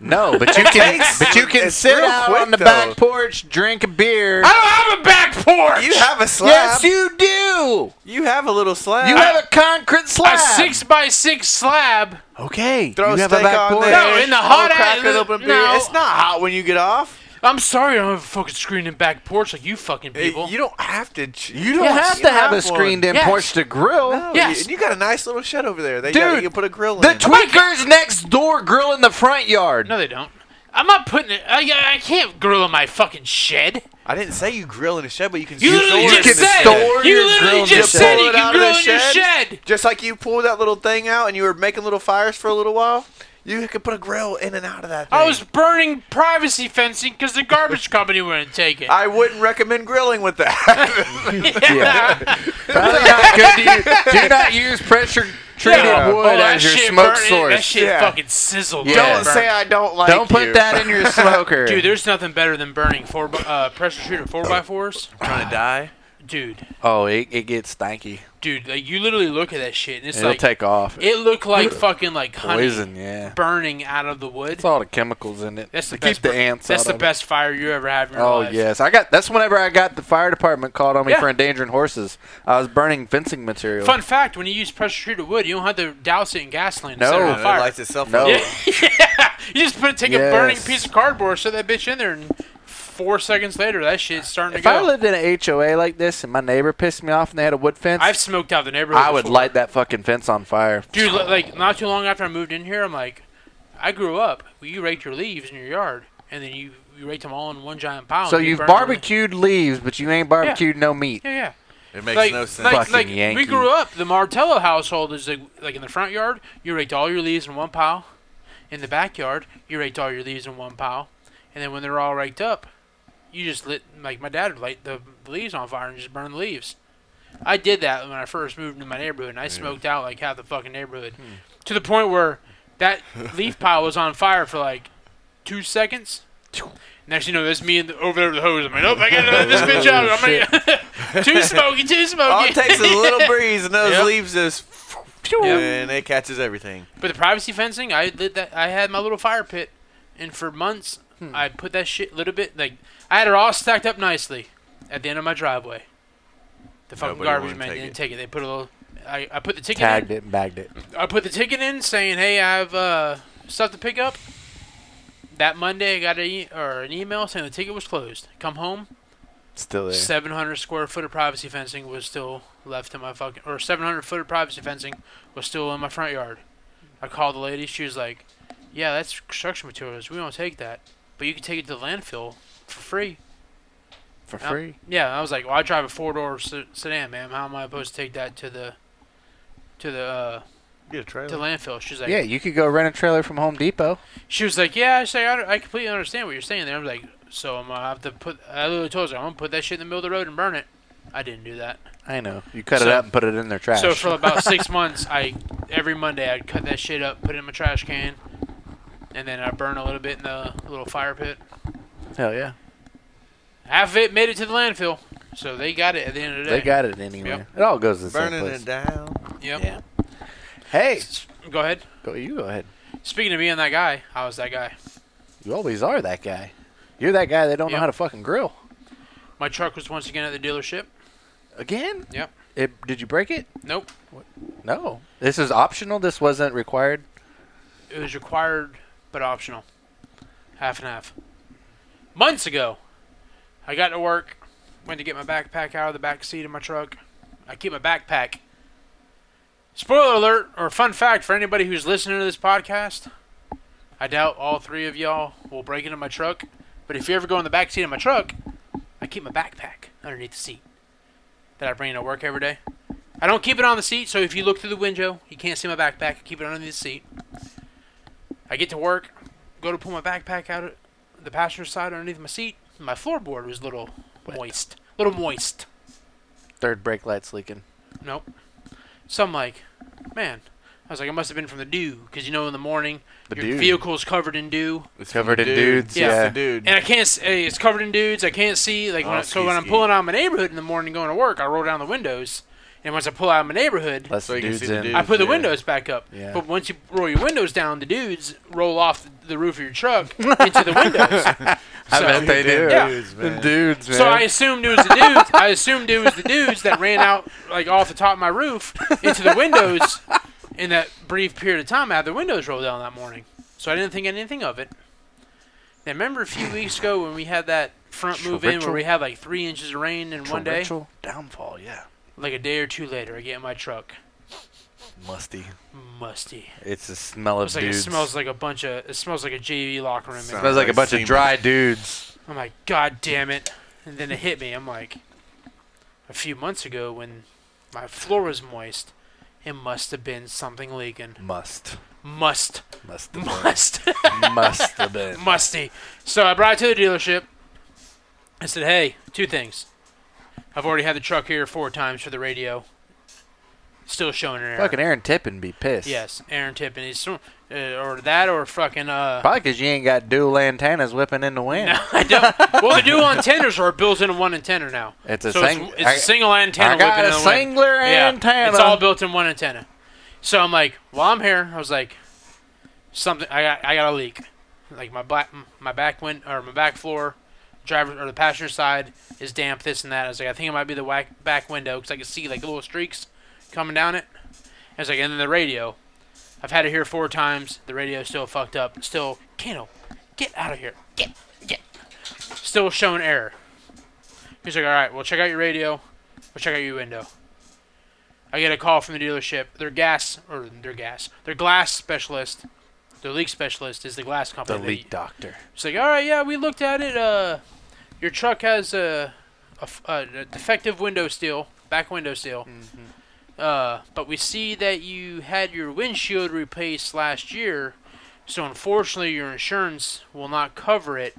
A: No, but you can.
C: takes-
A: but you can
C: it's
A: sit
C: real
A: out
C: quick,
A: on the
C: though.
A: back porch, drink a beer.
B: I don't have a back porch.
C: you have a slab.
A: Yes, you do.
C: You have a little slab.
A: You have a concrete
B: a
A: slab.
B: six by six slab.
A: Okay.
C: Throw
A: you have a
C: steak
A: back
C: on
A: porch.
C: there.
B: No, in the hot
C: I'll crack
B: ass-
C: it open beer.
B: no.
C: It's not hot when you get off.
B: I'm sorry, I don't have a fucking screen and back porch like you fucking
C: Hey,
B: people.
C: you don't have to. ch-
A: You don't
B: Yes,
A: have
C: you
A: to have a
C: have one.
A: screened-in
B: Yes.
A: porch to grill.
C: No,
B: Yes.
C: you, you got a nice little shed over there. They
A: Dude,
C: got, you can put a grill
A: The
C: in.
A: tweakers next door grill in the front yard.
B: no, they don't. I'm not putting it. I, I- I can't grill in my fucking shed.
C: I didn't say you grill in a shed, but you can.
B: You
C: store
B: literally
C: it
A: can
B: just
C: in the
B: said.
C: shed.
A: store your
B: You literally
A: grill in
B: just
A: your
B: said
A: shed.
B: you
C: Pull it
B: can
C: out of
B: grill
C: the
B: in your
C: shed.
B: shed.
C: Just like you pulled that little thing out and you were making little fires for a little while, you could put a grill in and out of that thing.
B: I was burning privacy fencing because the garbage company wouldn't take it.
C: I wouldn't recommend grilling with that.
A: Yeah. Probably not good to use- Do not use pressure treated
C: Yeah.
A: wood
B: Oh, that
A: as your
B: shit
A: smoke
B: burnt- That
A: source.
B: shit
C: Yeah.
B: fucking sizzled.
A: Yeah.
B: man.
C: Don't say I don't like
A: Don't put
C: you.
A: that in your smoker.
B: Dude, there's nothing better than burning four bu- uh, pressure shooter four by fours.
C: trying to die.
B: Dude,
A: oh, it, it gets stanky.
B: dude, like you literally look at that shit and it's
A: It'll
B: like
A: take off.
B: it looked like fucking like honey
A: Poison, yeah.
B: burning out of the wood.
A: It's all the chemicals in it.
B: That's the
A: to keep
B: best
A: the
B: per-
A: ants
B: That's
A: out
B: the
A: of it.
B: best fire you ever have in your
A: Oh
B: life.
A: yes, I got. That's whenever I got the fire department called on me
B: Yeah.
A: for endangering horses. I was burning fencing material.
B: Fun fact: When you use pressure treated wood, you don't have to douse it in gasoline.
A: No.
B: No,
A: Oh,
B: on
A: it
B: fire.
C: itself
A: No.
B: Yeah. yeah, you just put take a burning
A: Yes.
B: piece of cardboard, set that bitch in there, and four seconds later, that shit's starting
A: If
B: to
A: I
B: go.
A: lived in an HOA like this and my neighbor pissed me off and they had a wood fence,
B: I've smoked out the neighborhood.
A: I would
B: before.
A: light that fucking fence on fire.
B: dude. li- Like not too long after I moved in here, I'm like, I grew up. Well, you raked your leaves in your yard, and then you you raked them all in one giant pile.
A: So
B: and Oh, you
A: you've
B: burned them.
A: barbecued leaves, but you ain't barbecued no meat.
B: Yeah, yeah.
C: It makes
B: like,
C: no sense.
B: Like,
A: Fucking
B: like
A: Yankee.
B: we grew up, the Martello household is like, like in the front yard, you raked all your leaves in one pile. In the backyard, you raked all your leaves in one pile. And then when they're all raked up, you just lit like my dad would light the leaves on fire and just burn the leaves. I did that when I first moved into my neighborhood, and I smoked out like half the fucking neighborhood to the point where that leaf pile was on fire for like two seconds. Next, you know, there's me and the, over there with the hose. I'm like, nope, I gotta let this bitch out. I'm like, too smoky, too smoky.
C: All it takes is a little breeze, and those
B: Yep.
C: leaves just.
B: Yep.
C: And it catches everything.
B: But the privacy fencing, I lit that. I had my little fire pit, and for months, I put that shit little bit like I had it all stacked up nicely at the end of my driveway. The fucking
C: Nobody
B: garbage
C: wanted to
B: man
C: take
B: didn't
C: it.
B: take it. They put a little. I, I put the ticket.
A: Tagged
B: in,
A: it and bagged it.
B: I put the ticket in saying, "Hey, I have uh, stuff to pick up." That Monday, I got a, e- or an email saying the ticket was closed. Come home,
A: Still there.
B: 700 square foot of privacy fencing was still left in my fucking or 700 foot of privacy fencing was still in my front yard i called the lady she was like yeah that's construction materials we don't take that but you can take it to the landfill for free
A: For
B: Uh,
A: free.
B: yeah i was like well i drive a four door se- sedan ma'am how am i supposed to take that to the to the uh,
C: Get a
B: to the
C: trailer.
B: landfill she was like
A: Yeah, you could go rent a trailer from Home Depot.
B: she was like, "Yeah, I say I, I completely understand what you're saying there." I was like, "So I'm gonna have to put." I literally told her, "I'm gonna put that shit in the middle of the road and burn it." I didn't do that.
A: I know. You cut it
B: So-
A: up and put it in their trash.
B: So for about six months, I every Monday I'd cut that shit up, put it in my trash can, and then I burn a little bit in the little fire pit.
A: Hell yeah.
B: Half of it made it to the landfill, so they got it at the end of the day.
A: They got it anyway.
B: Yep.
A: It all goes to the same
C: Burning
A: place.
C: it down.
B: Yep.
A: Yeah. Hey,
B: S- Go ahead.
A: go, you go ahead.
B: Speaking of being that guy, I was that guy.
A: You always are that guy. You're that guy that don't know
B: Yep.
A: how to fucking grill.
B: My truck was once again at the dealership.
A: Again?
B: Yep.
A: It, did you break it?
B: Nope.
A: No. This is optional. This wasn't required.
B: It was required but optional. Half and half. Months ago, I got to work, went to get my backpack out of the back seat of my truck. I keep my backpack. Spoiler alert, or fun fact for anybody who's listening to this podcast, I doubt all three of y'all will break into my truck. But if you ever go in the back seat of my truck, I keep my backpack underneath the seat that I bring to work every day. I don't keep it on the seat, so if you look through the window, you can't see my backpack. I keep it underneath the seat. I get to work, go to pull my backpack out of the passenger side underneath my seat. My floorboard was a little moist. little moist.
A: Third brake light's leaking.
B: Nope. So I'm like, man. I was like, it must have been from the dew, because you know in the morning
A: The
B: your
A: dew.
B: vehicle's covered in dew,
C: It's
A: Covered in dudes,
B: Yeah.
C: It's the dude.
B: and I can't. s- eh, It's covered in dudes. I can't see. Like when
C: Oh,
B: I, so
C: ski,
B: when I'm
C: ski.
A: e
B: pulling out of my neighborhood in the morning going to work, I roll down the windows, and once I pull out of my neighborhood,
A: Less
C: So you can
A: dudes
C: see the
A: in.
C: dude.
B: I put the
C: Yeah.
B: windows back up.
A: Yeah.
B: But once you roll your windows down, the dudes roll off the roof of your truck into the windows.
A: I
B: So-
A: bet they do.
B: Yeah.
C: Dudes,
A: Them
C: man.
A: dudes, man.
B: So I assumed it was the dudes. I assumed it was the dudes that ran out like off the top of my roof into the windows in that brief period of time. I had the windows rolled down that morning, so I didn't think anything of it. Now remember a few weeks ago when we had that front move in where we had like three inches of rain in one day,
A: Torrential downfall, yeah.
B: like a day or two later, I get in my truck,
A: Musty.
B: musty.
A: It's the smell of
B: It's like it
A: dudes.
B: smells like a bunch of it smells like a JV locker room. in
C: Sounds
B: there.
A: Smells like a bunch of
C: Semen.
A: dry dudes.
B: I'm like, God damn it. And then it hit me. I'm like, a few months ago when my floor was moist, it must have been something leaking.
A: Must.
B: Must.
A: Must have been.
B: Must.
A: Must have been.
B: musty. So I brought it to the dealership. I said, hey, two things. I've already had the truck here four times for the radio. Still showing an error.
A: Fucking Aaron Tippin be pissed.
B: Yes, Aaron Tippin. He's, sw- uh, or that or fucking. Uh,
A: Probably 'cause you ain't got dual antennas whipping in the wind.
B: no, I don't. Well, the new antennas are built into one antenna now.
A: It's a
B: so
A: sing-
B: it's, it's a
A: I-
B: single antenna.
A: I got
B: whipping
A: a
B: in the wind.
A: singular
B: Yeah,
A: antenna.
B: It's all built in one antenna. So I'm like, while I'm here, I was like, something. I got I got a leak. Like my back my back wind or my back floor, driver or the passenger side is damp. This and that. I was like, I think it might be the whack, back window because I could see like little streaks coming down it. I was like, and then the radio. I've had it here four times. The radio's still fucked up. Still, Kano, get out of here. Get, get. Still showing error. He's like, all right, well, check out your radio. We'll check out your window. I get a call from the dealership. Their gas, or their gas, their glass specialist, their leak specialist is the glass
A: the
B: company. that-
A: leak doctor.
B: She's like, all right, yeah, we looked at it. Uh, your truck has a, a f- a- a defective window seal, back window seal. Uh, but we see that you had your windshield replaced last year, so unfortunately your insurance will not cover it.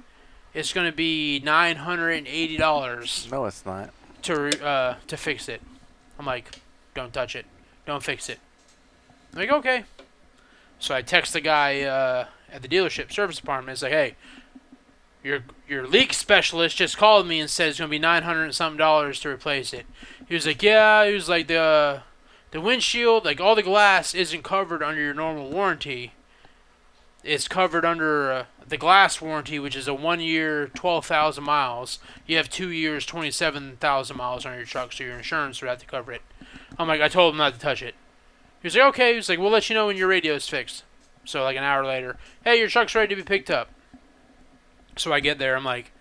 B: it's going to be nine hundred and eighty dollars
A: No, it's not.
B: to re- uh, to fix it. I'm like, don't touch it, don't fix it. I'm like, okay. So I text the guy uh, at the dealership service department. It's like, hey, your your leak specialist just called me and said it's gonna be nine hundred and something dollars to replace it. He was like, yeah. He was like the the windshield, like all the glass, isn't covered under your normal warranty. It's covered under uh, the glass warranty, which is a one year, twelve thousand miles. You have two years, twenty seven thousand miles on your truck, so your insurance would have to cover it. I'm like, I told him not to touch it. He was like, okay. He was like, we'll let you know when your radio is fixed. So like an hour later, hey, your truck's ready to be picked up. So I get there, I'm like,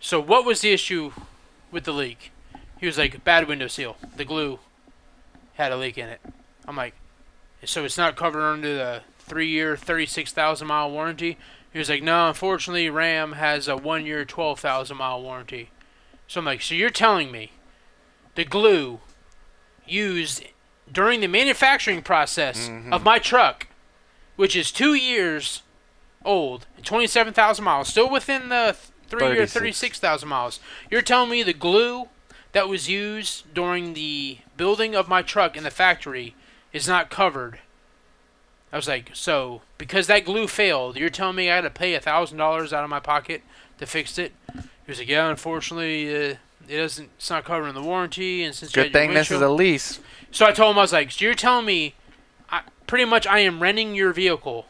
B: so what was the issue with the leak? He was like, bad window seal. The glue had a leak in it. I'm like, so it's not covered under the three year, 36,000 mile warranty? He was like, no, unfortunately, Ram has a one year, 12,000 mile warranty. So I'm like, so you're telling me the glue used during the manufacturing process of my truck, which is two years old, 27,000 miles, still within the three year,
A: 36.
B: 36,000 miles, you're telling me the glue that was used during the building of my truck in the factory is not covered. I was like, so because that glue failed, you're telling me I had to pay a thousand dollars out of my pocket to fix it? He was like, yeah, unfortunately, uh, it doesn't. It's not covered in the warranty, and since you
A: Good
B: had your
A: thing this is a
B: windshield-
A: lease.
B: so I told him I was like, so you're telling me, I, pretty much I am renting your vehicle,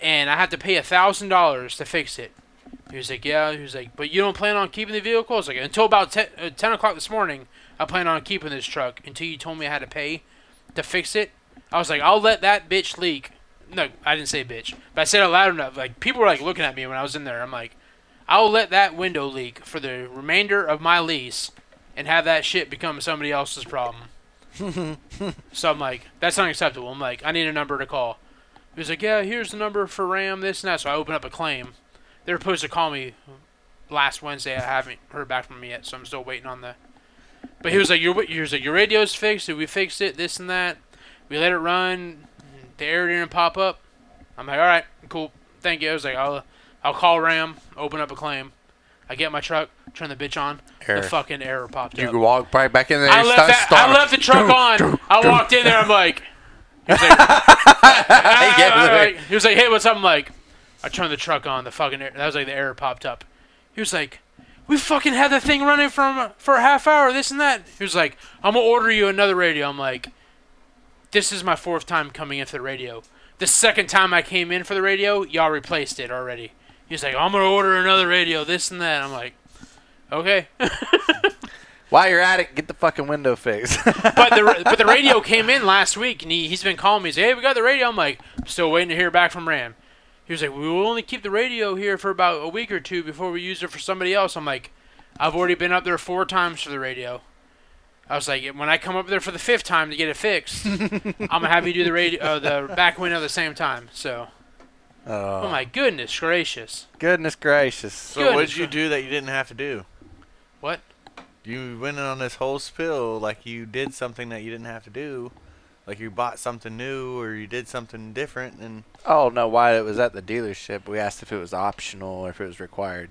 B: and I have to pay a thousand dollars to fix it. He was like, yeah. He was like, but you don't plan on keeping the vehicle? I was like, until about te- uh, ten o'clock this morning, I plan on keeping this truck until you told me I had to pay to fix it. I was like, I'll let that bitch leak. No, I didn't say bitch, but I said it loud enough. Like people were like looking at me when I was in there. I'm like, I'll let that window leak for the remainder of my lease, and have that shit become somebody else's problem. So I'm like, that's unacceptable. I'm like, I need a number to call. He was like, yeah, here's the number for Ram, this and that. So I open up a claim. They were supposed to call me last Wednesday. I haven't heard back from them yet, so I'm still waiting on the. But he was like, your he was like, your radio's fixed. Did we fix it? This and that. We let it run. The error didn't pop up. I'm like, all right, cool, thank you. I was like, I'll I'll call Ram, open up a claim. I get my truck, turn the bitch on.
A: Error.
B: The fucking error popped
A: You
B: up.
A: can walk right back in there.
B: I
A: and
B: left
A: start-
B: that,
A: start.
B: I left the truck on. I walked in there. I'm like, he was like, "Ah,"
A: Yeah,
B: I'm
A: right.
B: like- he was like, hey, what's up? I'm like, I turned the truck on. The fucking air, that was like the error popped up. He was like, we fucking had that thing running from for a half hour. This and that. He was like, I'm gonna order you another radio. I'm like, this is my fourth time coming in for the radio. The second time I came in for the radio, y'all replaced it already. He's like, I'm gonna order another radio. This and that. I'm like, okay.
A: While you're at it, get the fucking window fixed.
B: but the but the radio came in last week, and he, he's been calling me. He's like, "Hey, we got the radio." I'm like, "Still waiting to hear back from Ram." He was like, "We will only keep the radio here for about a week or two before we use it for somebody else." I'm like, "I've already been up there four times for the radio." I was like, "When I come up there for the fifth time to get it fixed, I'm gonna have you do the radio, uh, the back window at the same time." So, oh
A: oh,
B: my goodness gracious,
A: goodness gracious.
C: So
B: Good.
C: what did you do that you didn't have to do?
B: what?
C: You went on this whole spill like you did something that you didn't have to do, like you bought something new or you did something different, and
A: Oh, no, while it was at the dealership, we asked if it was optional or if it was required.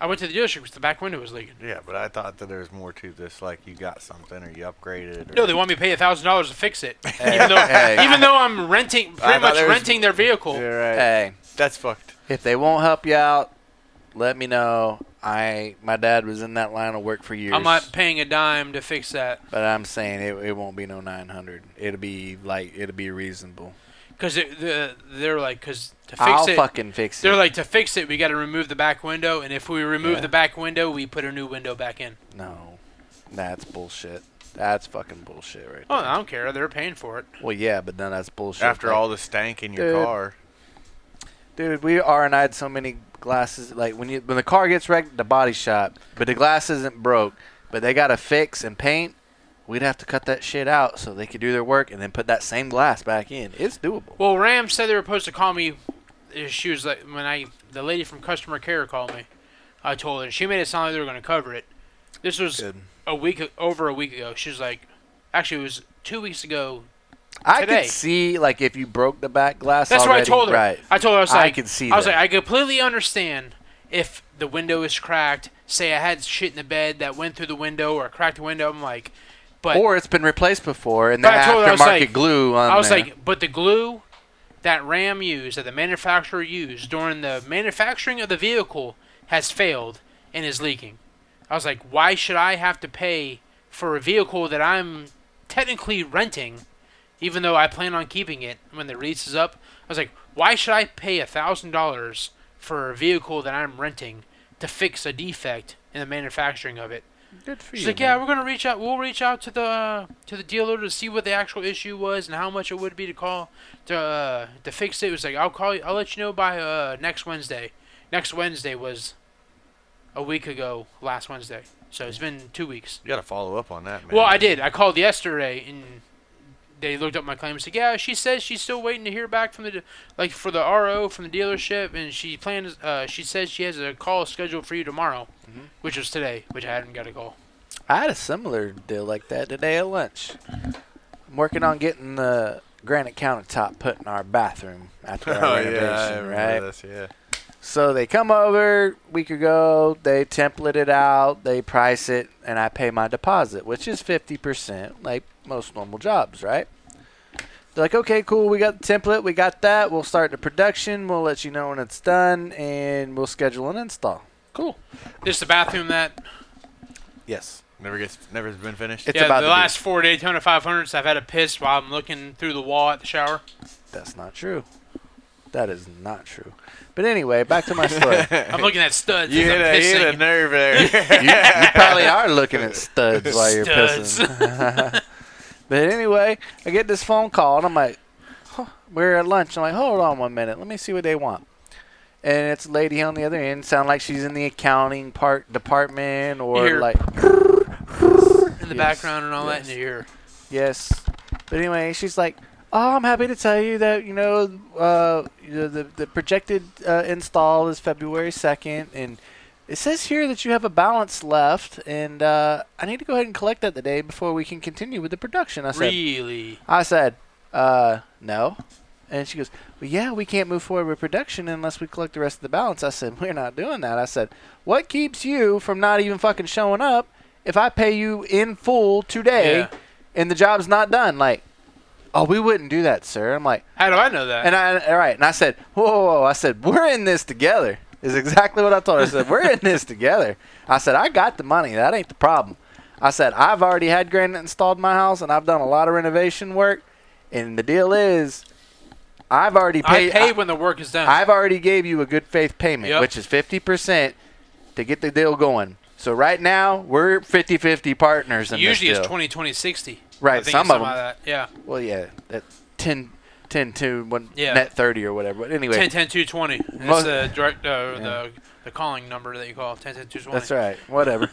B: I went to the dealership because the back window was leaking.
C: yeah. But I thought that there's more to this, like you got something or you upgraded. Or
B: No, they want me to pay thousand dollars to fix it,
A: Hey,
B: even though
A: hey.
B: even though I'm
C: I
B: renting, pretty
C: thought
B: much
C: there was-
B: renting their vehicle.
C: Yeah, right.
A: Hey,
C: That's fucked.
A: if they won't help you out, let me know. I my dad was in that line of work for years.
B: I'm not paying a dime to fix that
A: But I'm saying it, it won't be no 900. It'll be like it'll be reasonable.
B: because the, they're like because to fix
A: I'll
B: it,
A: fucking fix
B: they're
A: it.
B: like to fix it. We got to remove the back window, and if we remove
A: Yeah.
B: the back window, we put a new window back in.
A: no, that's bullshit. That's fucking bullshit, right?
B: Oh,
A: There.
B: I don't care. They're paying for it.
A: Well, yeah, but then that's bullshit.
C: After
A: Like,
C: all the stank in your
A: Dude.
C: car,
A: dude, we R and I'd so many glasses. Like when you when the car gets wrecked, at the body shop, but the glass isn't broke, but they got to fix and paint. We'd have to cut that shit out so they could do their work and then put that same glass back in. It's doable.
B: Well, Ram said they were supposed to call me. uh, She was like when I the lady from customer care called me. I told her she made it sound like they were going to cover it. This was
A: Good.
B: a week over a week ago. She was like, actually, it was two weeks ago.
A: I
B: today.
A: could see like if you broke the back glass.
B: That's what I
A: already,
B: told her.
A: Right.
B: I told her I was
A: I
B: like,
A: can see
B: I was
A: that.
B: like, I completely understand if the window is cracked. Say I had shit in the bed that went through the window or cracked the window. I'm like, but
A: or it's been replaced before and they
B: That's what I
A: aftermarket
B: was like-
A: glue on
B: I was
A: there.
B: like, but the glue that Ram used, that the manufacturer used during the manufacturing of the vehicle, has failed and is leaking. I was like, why should I have to pay for a vehicle that I'm technically renting, even though I plan on keeping it when the lease is up? I was like, why should I pay a thousand dollars for a vehicle that I'm renting to fix a defect in the manufacturing of it?
A: good for
B: She's like, yeah, we're gonna reach out. We'll reach out to the to the dealer to see what the actual issue was and how much it would be to call to uh, to fix it. It was like, I'll call you. I'll let you know by uh, next Wednesday. Next Wednesday was a week ago. Last Wednesday, so it's been two weeks.
C: You got to follow up on that, man.
B: Well, I did. I called yesterday and they looked up my claim. and said, yeah, she says she's still waiting to hear back from the like for the RO from the dealership, and she plans. Uh, she says she has a call scheduled for you tomorrow, which was today, which I hadn't got a call.
A: I had a similar deal like that today at lunch. I'm working on getting the granite countertop put in our bathroom after our
C: Oh,
A: renovation,
C: yeah, I remember
A: right?
C: this, yeah.
A: So they come over a week ago, they template it out, they price it, and I pay my deposit, which is 50%, like most normal jobs, right? They're like, okay, cool, we got the template, we got that, we'll start the production, we'll let you know when it's done, and we'll schedule an install.
B: Cool. This is the bathroom that
A: Yes.
C: Never gets, never been finished.
A: It's
B: yeah,
A: about
B: the
A: to be.
B: last four Daytona 500s I've had a piss while I'm looking through the wall at the shower.
A: That's not true. That is not true. But anyway, back to my story.
B: I'm looking at studs.
C: you
B: as
C: hit a, you hit
B: I'm
C: a
B: pissing.
C: nerve there.
A: you, you probably are looking at studs while you're
B: Studs.
A: pissing. but anyway, I get this phone call and I'm like, huh, we're at lunch. I'm like, hold on one minute. Let me see what they want. And it's a lady on the other end. Sound like she's in the accounting part department or
B: Here.
A: like
B: in the
A: Yes,
B: background and all
A: yes.
B: that in your ear.
A: Yes. But anyway, she's like, "Oh, I'm happy to tell you that you know uh, the, the the projected uh, install is February second, and it says here that you have a balance left, and uh, I need to go ahead and collect that today before we can continue with the production." I said,
B: Really?
A: "I said, uh, no." And she goes, well, yeah, we can't move forward with production unless we collect the rest of the balance. I said, we're not doing that. I said, what keeps you from not even fucking showing up if I pay you in full today
B: Yeah.
A: and the job's not done. Like, oh, we wouldn't do that, sir. I'm like,
B: How do I know that?
A: and I, all right. And I said, whoa, whoa, whoa. I said, we're in this together. Is exactly what I told her. I said, we're in this together. I said, I got the money. That ain't the problem. I said, I've already had granite installed in my house and I've done a lot of renovation work. And the deal is, I've already
B: I,
A: paid.
B: pay when the work is done.
A: I've already gave you a good faith payment,
B: Yep.
A: which is 50% to get the deal going. So right now, we're 50-50 partners in
B: Usually
A: this
B: it's
A: deal.
B: 20, 20, 60. I
A: right,
B: think
A: some
B: it's
A: of
B: something
A: them.
B: like that. Yeah.
A: Well, yeah, that 10, 10 to one,
B: Yeah.
A: net 30 or whatever. But anyway,
B: 10, 10, 2, 20. That's
A: Most-
B: the direct, uh, the, the calling number that you call. 10, 10, 2, 20.
A: that's right, whatever.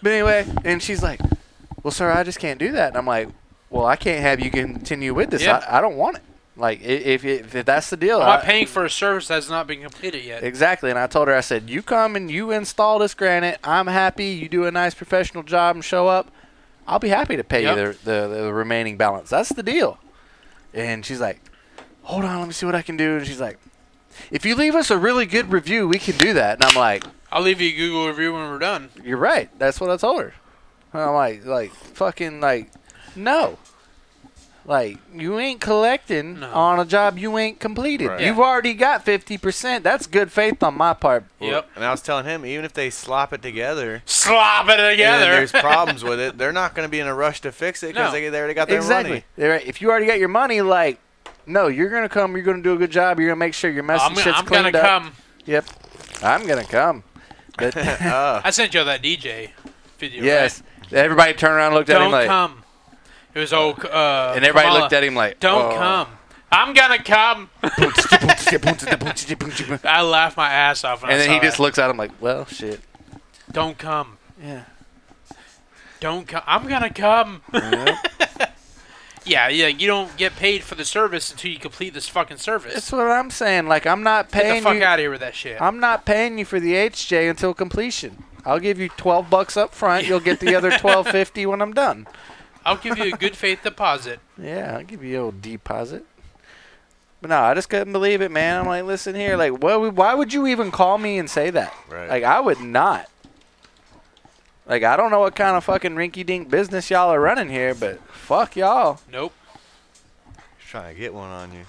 A: but anyway, and she's like, well, sir, I just can't do that. And I'm like, well, I can't have you continue with this.
B: Yeah.
A: I, I don't want it. Like, i- if, if, if that's the deal.
B: Am I
A: I-
B: paying for a service that's not been completed yet?
A: Exactly. And I told her, I said, you come and you install this granite. I'm happy. You do a nice professional job and show up. I'll be happy to pay you
B: Yep.
A: the, the, the remaining balance. That's the deal. And she's like, hold on, let me see what I can do. And she's like, if you leave us a really good review, we can do that. And I'm like,
B: I'll leave you a Google review when we're done.
A: you're right. That's what I told her. And I'm like, like fucking like, no. Like you ain't collecting
B: No.
A: on a job you ain't completed.
C: Right.
A: You've already got fifty percent. That's good faith on my part.
B: Yep.
C: And I was telling him, even if they slop it together,
B: Slop it
C: and
B: together.
C: there's problems with it, they're not going to be in a rush to fix it because
B: No.
C: they, they already got their
A: Exactly.
C: money.
A: They're right. If you already got your money, like, no, you're gonna come. You're gonna do a good job. You're gonna make sure your mess
B: I'm,
A: and shit's
B: I'm
A: cleaned
B: gonna
A: up.
B: come.
A: Yep, I'm gonna come. But
C: Uh,
B: I sent you that DJ video.
A: yes, everybody turned around, and looked
B: right?
A: at him
B: Don't
A: like,
B: come. It was old. Uh,
A: and everybody
B: Kamala.
A: looked at him like, "Oh."
B: Don't come. I'm gonna come.
A: come.
B: I laughed my ass off. When
A: and
B: I
A: then
B: saw
A: he just
B: that.
A: looks at him like, well, shit.
B: Don't come.
A: Yeah.
B: Don't come. I'm gonna come.
A: Yep.
B: yeah, yeah. You don't get paid for the service until you complete this fucking
A: That's
B: service.
A: what I'm saying. Like, I'm not
B: Get
A: paying
B: the fuck
A: you.
B: out of here with that shit.
A: I'm not paying you for the HJ until completion. I'll give you 12 bucks up front. You'll get the other 12.50 when I'm done.
B: I'll give you a good faith deposit.
A: Yeah, I'll give you a little deposit. But But no, I just couldn't believe it, man. I'm like, listen here, like, what? would- Why would you even call me and say that?
C: Right.
A: Like, I would not. Like, I don't know what kind of fucking rinky-dink business y'all are running here, but fuck y'all.
B: Nope.
C: Trying to get one on you.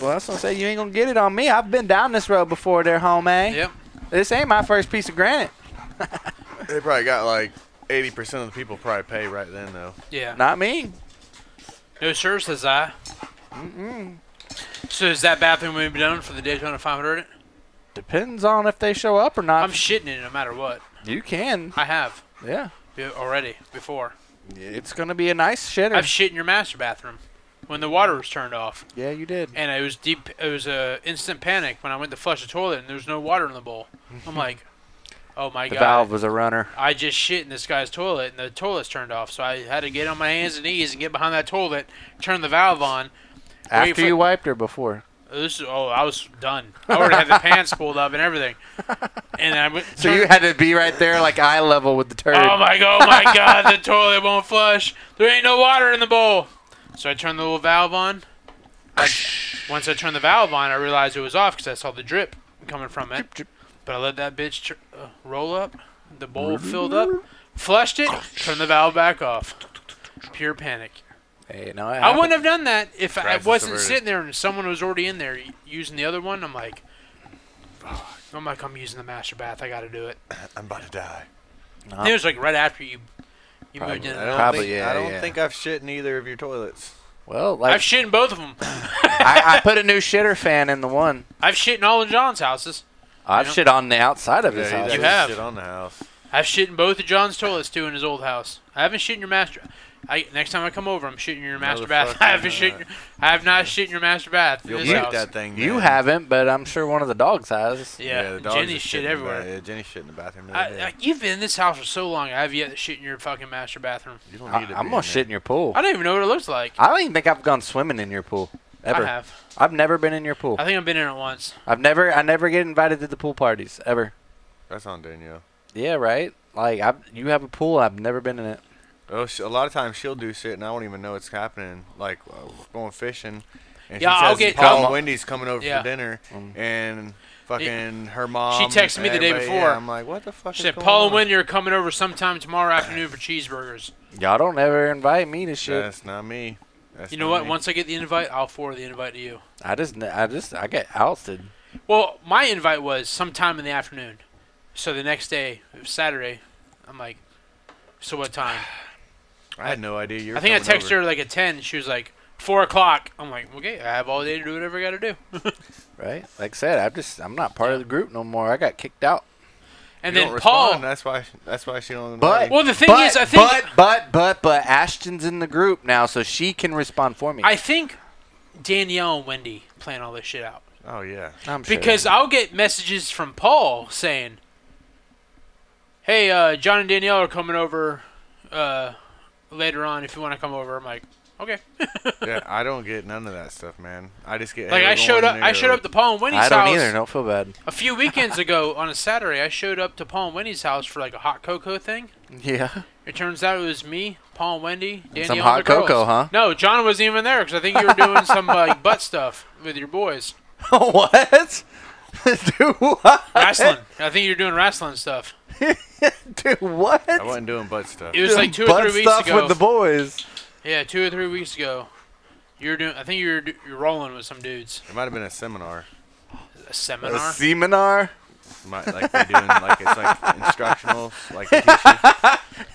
A: Well, that's what I say. You ain't gonna get it on me. I've been down this road before, there, homie.
B: Yep.
A: This ain't my first piece of granite.
C: They probably got like 80% of the people probably pay right then, though.
B: Yeah.
A: Not me.
B: No, sir, says I.
A: Mm-mm.
B: So is that bathroom going to be done for the Daytona 500?
A: Depends on if they show up or not.
B: I'm shitting in it no matter what.
A: you can.
B: I have
A: Yeah.
B: yeah, already before.
A: It's gonna be a nice shitter.
B: I've shit in your master bathroom when the water was turned off,
A: yeah, you did.
B: and it was deep. It was a instant panic when I went to flush the toilet and there was no water in the bowl. I'm like, oh my
A: The
B: god.
A: valve was a runner.
B: I just shit in this guy's toilet and the toilet's turned off, so I had to get on my hands and knees and get behind that toilet, turn the valve on. Wait
A: After
B: for-
A: you wiped or before?
B: This is, oh, I was done. I already had the pants pulled up and everything, and I went.
A: So you had to be right there, like eye level with the turd.
B: Oh my god! Oh my god! The toilet won't flush. There ain't no water in the bowl. So I turned the little valve on. Once- Once I turned the valve on, I realized it was off because I saw the drip coming from it. But I let that bitch tr- uh, roll up. The bowl filled up. Flushed it. Turned the valve back off. Pure panic.
A: Hey, no, it
B: I
A: happened.
B: wouldn't have done that if I
C: Crisis
B: wasn't
C: averted.
B: sitting there and someone was already in there y- using the other one. I'm like, I'm like, I'm using the master bath. I got to do it.
C: I'm about to die.
A: Huh?
B: And it was like right after you, you moved
A: Probably.
B: in.
C: I don't
A: Probably,
C: think,
A: yeah,
C: I don't
A: yeah.
C: think I've shit in either of your toilets.
A: Well,
B: I've
A: like
B: shit in both of them.
A: I, I put a new shitter fan in the one.
B: I've shit in all of John's houses.
A: I've
B: Yeah.
A: shit on the outside of his
C: Yeah,
A: house.
B: You
C: doesn't
B: have.
C: shit on the house.
B: I've shit in both of John's toilets too in his old house. I haven't shit in your master. I, next time I come over, I'm shitting in your master bath. I haven't
C: Motherfucker.
B: shit. in your- I have not shit in your master bath. in
C: You'll
B: this
C: break
B: house.
C: that thing.
A: You
C: down.
A: haven't, but I'm sure one of the dogs has.
B: Yeah,
C: the dogs
B: Jenny's
C: are
B: shit
C: shitting
B: everywhere.
C: In the, ba- yeah, Jenny's shit in the bathroom. the
B: I,
C: other day.
B: I, you've been in this house for so long. I have yet to shit in your fucking master bathroom.
C: you don't
A: I,
C: need to
A: I'm
C: be
A: gonna
C: in
A: shit in your pool.
B: I don't even know what it looks like.
A: I don't even think I've gone swimming in your pool ever.
B: I have.
A: I've never been in your pool.
B: I think I've been in it once.
A: I've never, I never get invited to the pool parties ever.
C: there. That's on Danielle.
A: Yeah, right. Like I, you have a pool. I've never been in it.
C: Oh, she, a lot of times she'll do shit and I won't even know it's happening. Like uh, going fishing, and
B: Yeah,
C: she
B: I'll
C: says
B: get-
C: Paul
A: I'll-
C: and Wendy's coming over
B: Yeah.
C: for dinner,
A: Mm.
C: and fucking her mom.
B: She texted me the day
C: everybody-
B: before.
C: Yeah, I'm like, what the fuck?
B: She
C: is
B: said,
C: going
B: Paul
C: on?
B: and Wendy are coming over sometime tomorrow afternoon for cheeseburgers.
A: Y'all don't ever invite me to shit.
C: That's not me. That's
B: You know
C: not
B: what?
C: me.
B: Once I get the invite, I'll forward the invite to you.
A: I just, ne- I just, I get ousted.
B: Well, my invite was sometime in the afternoon. So the next day, it was Saturday, I'm like, so what time?
C: I had no idea you were
B: I think I
C: coming
B: texted
C: over.
B: her like at 10. And she was like, 4 o'clock. I'm like, okay, I have all day to do whatever I got to do.
A: Right? Like I said, I'm just, I'm not part of the group no more. I got kicked out.
B: And
C: You
B: then
C: don't
B: Paul.
C: respond, That's why. That's why she don't.
A: But-
B: Well, the thing
A: but,
B: is, I think.
A: but, but, but, but Ashton's in the group now, so she can respond for me.
B: I think Danielle and Wendy plan all this shit out.
C: oh yeah.
A: am sure.
B: Because I'll get messages from Paul saying, "Hey, uh, John and Danielle are coming over uh, later on. If you want to come over, I'm like, okay."
C: yeah, I don't get none of that stuff, man. I just get.
B: Like
C: hey,
B: I
C: we're
B: showed
C: going
B: up, I
C: there.
B: showed up to Paul and Winnie's
A: I don't
B: house
A: either. Don't feel bad.
B: a few weekends ago on a Saturday. I showed up to Paul and Winnie's house for like a hot cocoa thing.
A: Yeah.
B: It turns out it was me, Paul and Wendy, Danielle,
A: Some
B: and
A: hot
B: the girls.
A: cocoa, huh?
B: No, John wasn't even there because I think you were doing some like butt stuff with your boys,
A: what? Dude, what?
B: wrestling. I think you're doing wrestling stuff.
A: Dude, what?
C: I wasn't doing butt stuff.
B: It was like two or
A: Butt
B: three weeks
A: stuff
B: ago.
A: with the boys.
B: Yeah, two or three weeks ago, you were doing. I think you were do- you're rolling with some dudes.
C: It might have been a seminar.
B: A
A: A
B: seminar.
A: seminar
C: Might, like they're doing like it's like instructional, like they teach you-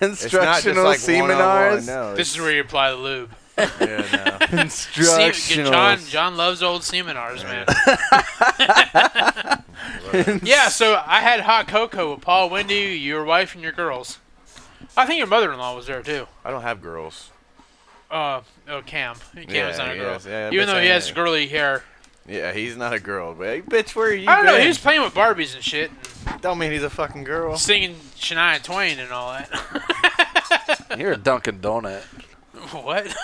C: it's not just
A: instructional
C: like
A: seminars.
C: seminars. No,
B: this is where you apply the lube.
C: it's- yeah, no.
A: Instructional.
B: Se- John John loves old seminars, man. yeah, so I had hot cocoa with Paul, Wendy, your wife, and your girls. I think your mother-in-law was there too.
C: I don't have girls.
B: Uh, oh, Cam. Cam
C: Yeah,
B: is not a
C: he
B: girl.
C: is. Yeah,
B: Even
C: but
B: though he
C: I-
B: has girly hair.
C: Yeah, he's not a girl, but hey, bitch, where are you?
B: I don't know.
C: been?
B: He was playing with Barbies and shit,
C: Don't mean he's a fucking girl.
B: and singing Shania Twain and all that.
A: You're a Dunkin' Donut.
B: what?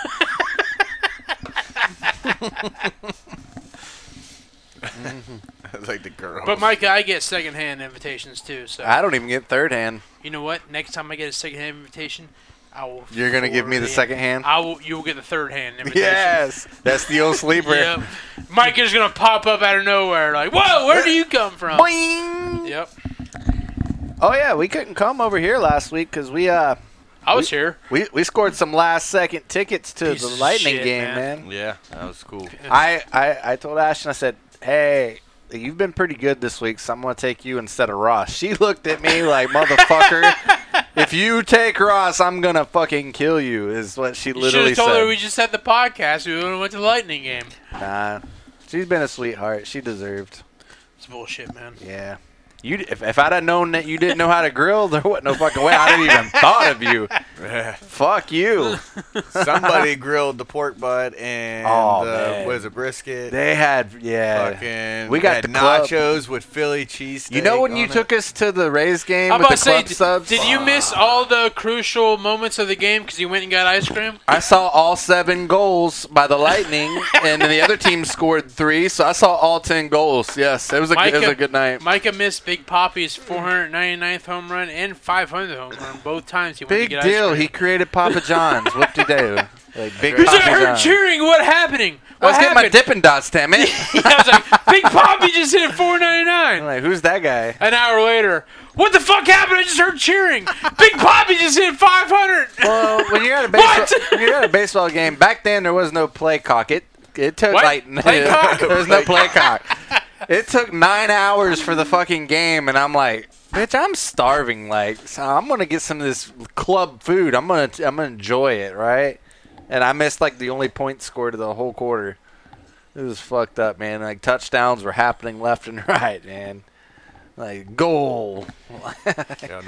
C: It's like the girl.
B: But Micah, I get secondhand invitations too. So
A: I don't even get third hand.
B: You know what? Next time I get a secondhand invitation, I will.
A: You're gonna give me the
B: forward it.
A: second hand.
B: I will. You will get the third hand invitation.
C: Yes, that's the old sleeper.
B: Yep. Mike is gonna pop up out of nowhere, like, "Whoa, where do you come from?"
A: Boing!
B: Yep.
A: Oh yeah, we couldn't come over here last week because we uh
B: I was here.
A: we, we scored some last second tickets to
B: Piece
A: the
B: of
A: Lightning
B: shit,
A: game,
B: man.
A: man.
D: Yeah, that was cool.
A: I, I I told Ashton, I said, hey. You've been pretty good this week, so I'm gonna take you instead of Ross. She looked at me like, "Motherfucker, if you take Ross, I'm gonna fucking kill you." Is what she
B: You should
A: literally
B: have told
A: said.
B: her we just had the podcast. We would've went to the Lightning game.
A: Nah, she's been a sweetheart. She deserved.
B: It's bullshit, man.
A: Yeah. You, if, if I'd have known that you didn't know how to grill, there wasn't no fucking way I'd have even thought of you. Fuck you.
C: Somebody grilled the pork butt and
A: Oh,
C: the,
A: man.
C: what is it, brisket?
A: They had, yeah.
C: Fucking,
A: We got
C: had
A: the club.
C: nachos with Philly cheese.
A: You know when you took us to the Rays game
B: I'm
A: with
B: about
A: the
B: to say,
A: club
B: d-
A: subs?
B: did you miss all the crucial moments of the game because you went and got ice cream?
A: I saw all seven goals by the Lightning, and then the other team scored three, so I saw all ten goals. Yes, it was a, it was
B: Micah-
A: a good night.
B: Micah missed Big Poppy's 499th home run and 500th home run both times he went
A: Big
B: to get
A: deal.
B: ice
A: He
B: cream.
A: created Papa John's. Whoop de doo. Like big
B: Because
A: Papa
B: I heard
A: John's.
B: cheering. What happening?
A: I
B: What
A: was getting my
B: happened?
A: dipping dots, damn it.
B: I was like, Big Poppy just hit a 499.
A: I'm like, who's that guy?
B: An hour later, what the fuck happened? I just heard cheering. Big Poppy just hit 500.
A: Well, when you're at a baseball,
B: What?
A: when you're at a baseball game, back then there was no play cock. It it took
B: What?
A: like
B: Play cock?
A: there was no play cock. It took nine hours for the fucking game, and I'm like, bitch, I'm starving. Like, so I'm gonna get some of this club food. I'm gonna I'm gonna enjoy it, right? And I missed like the only point scored of the whole quarter. It was fucked up, man. Like touchdowns were happening left and right, man. Like goal,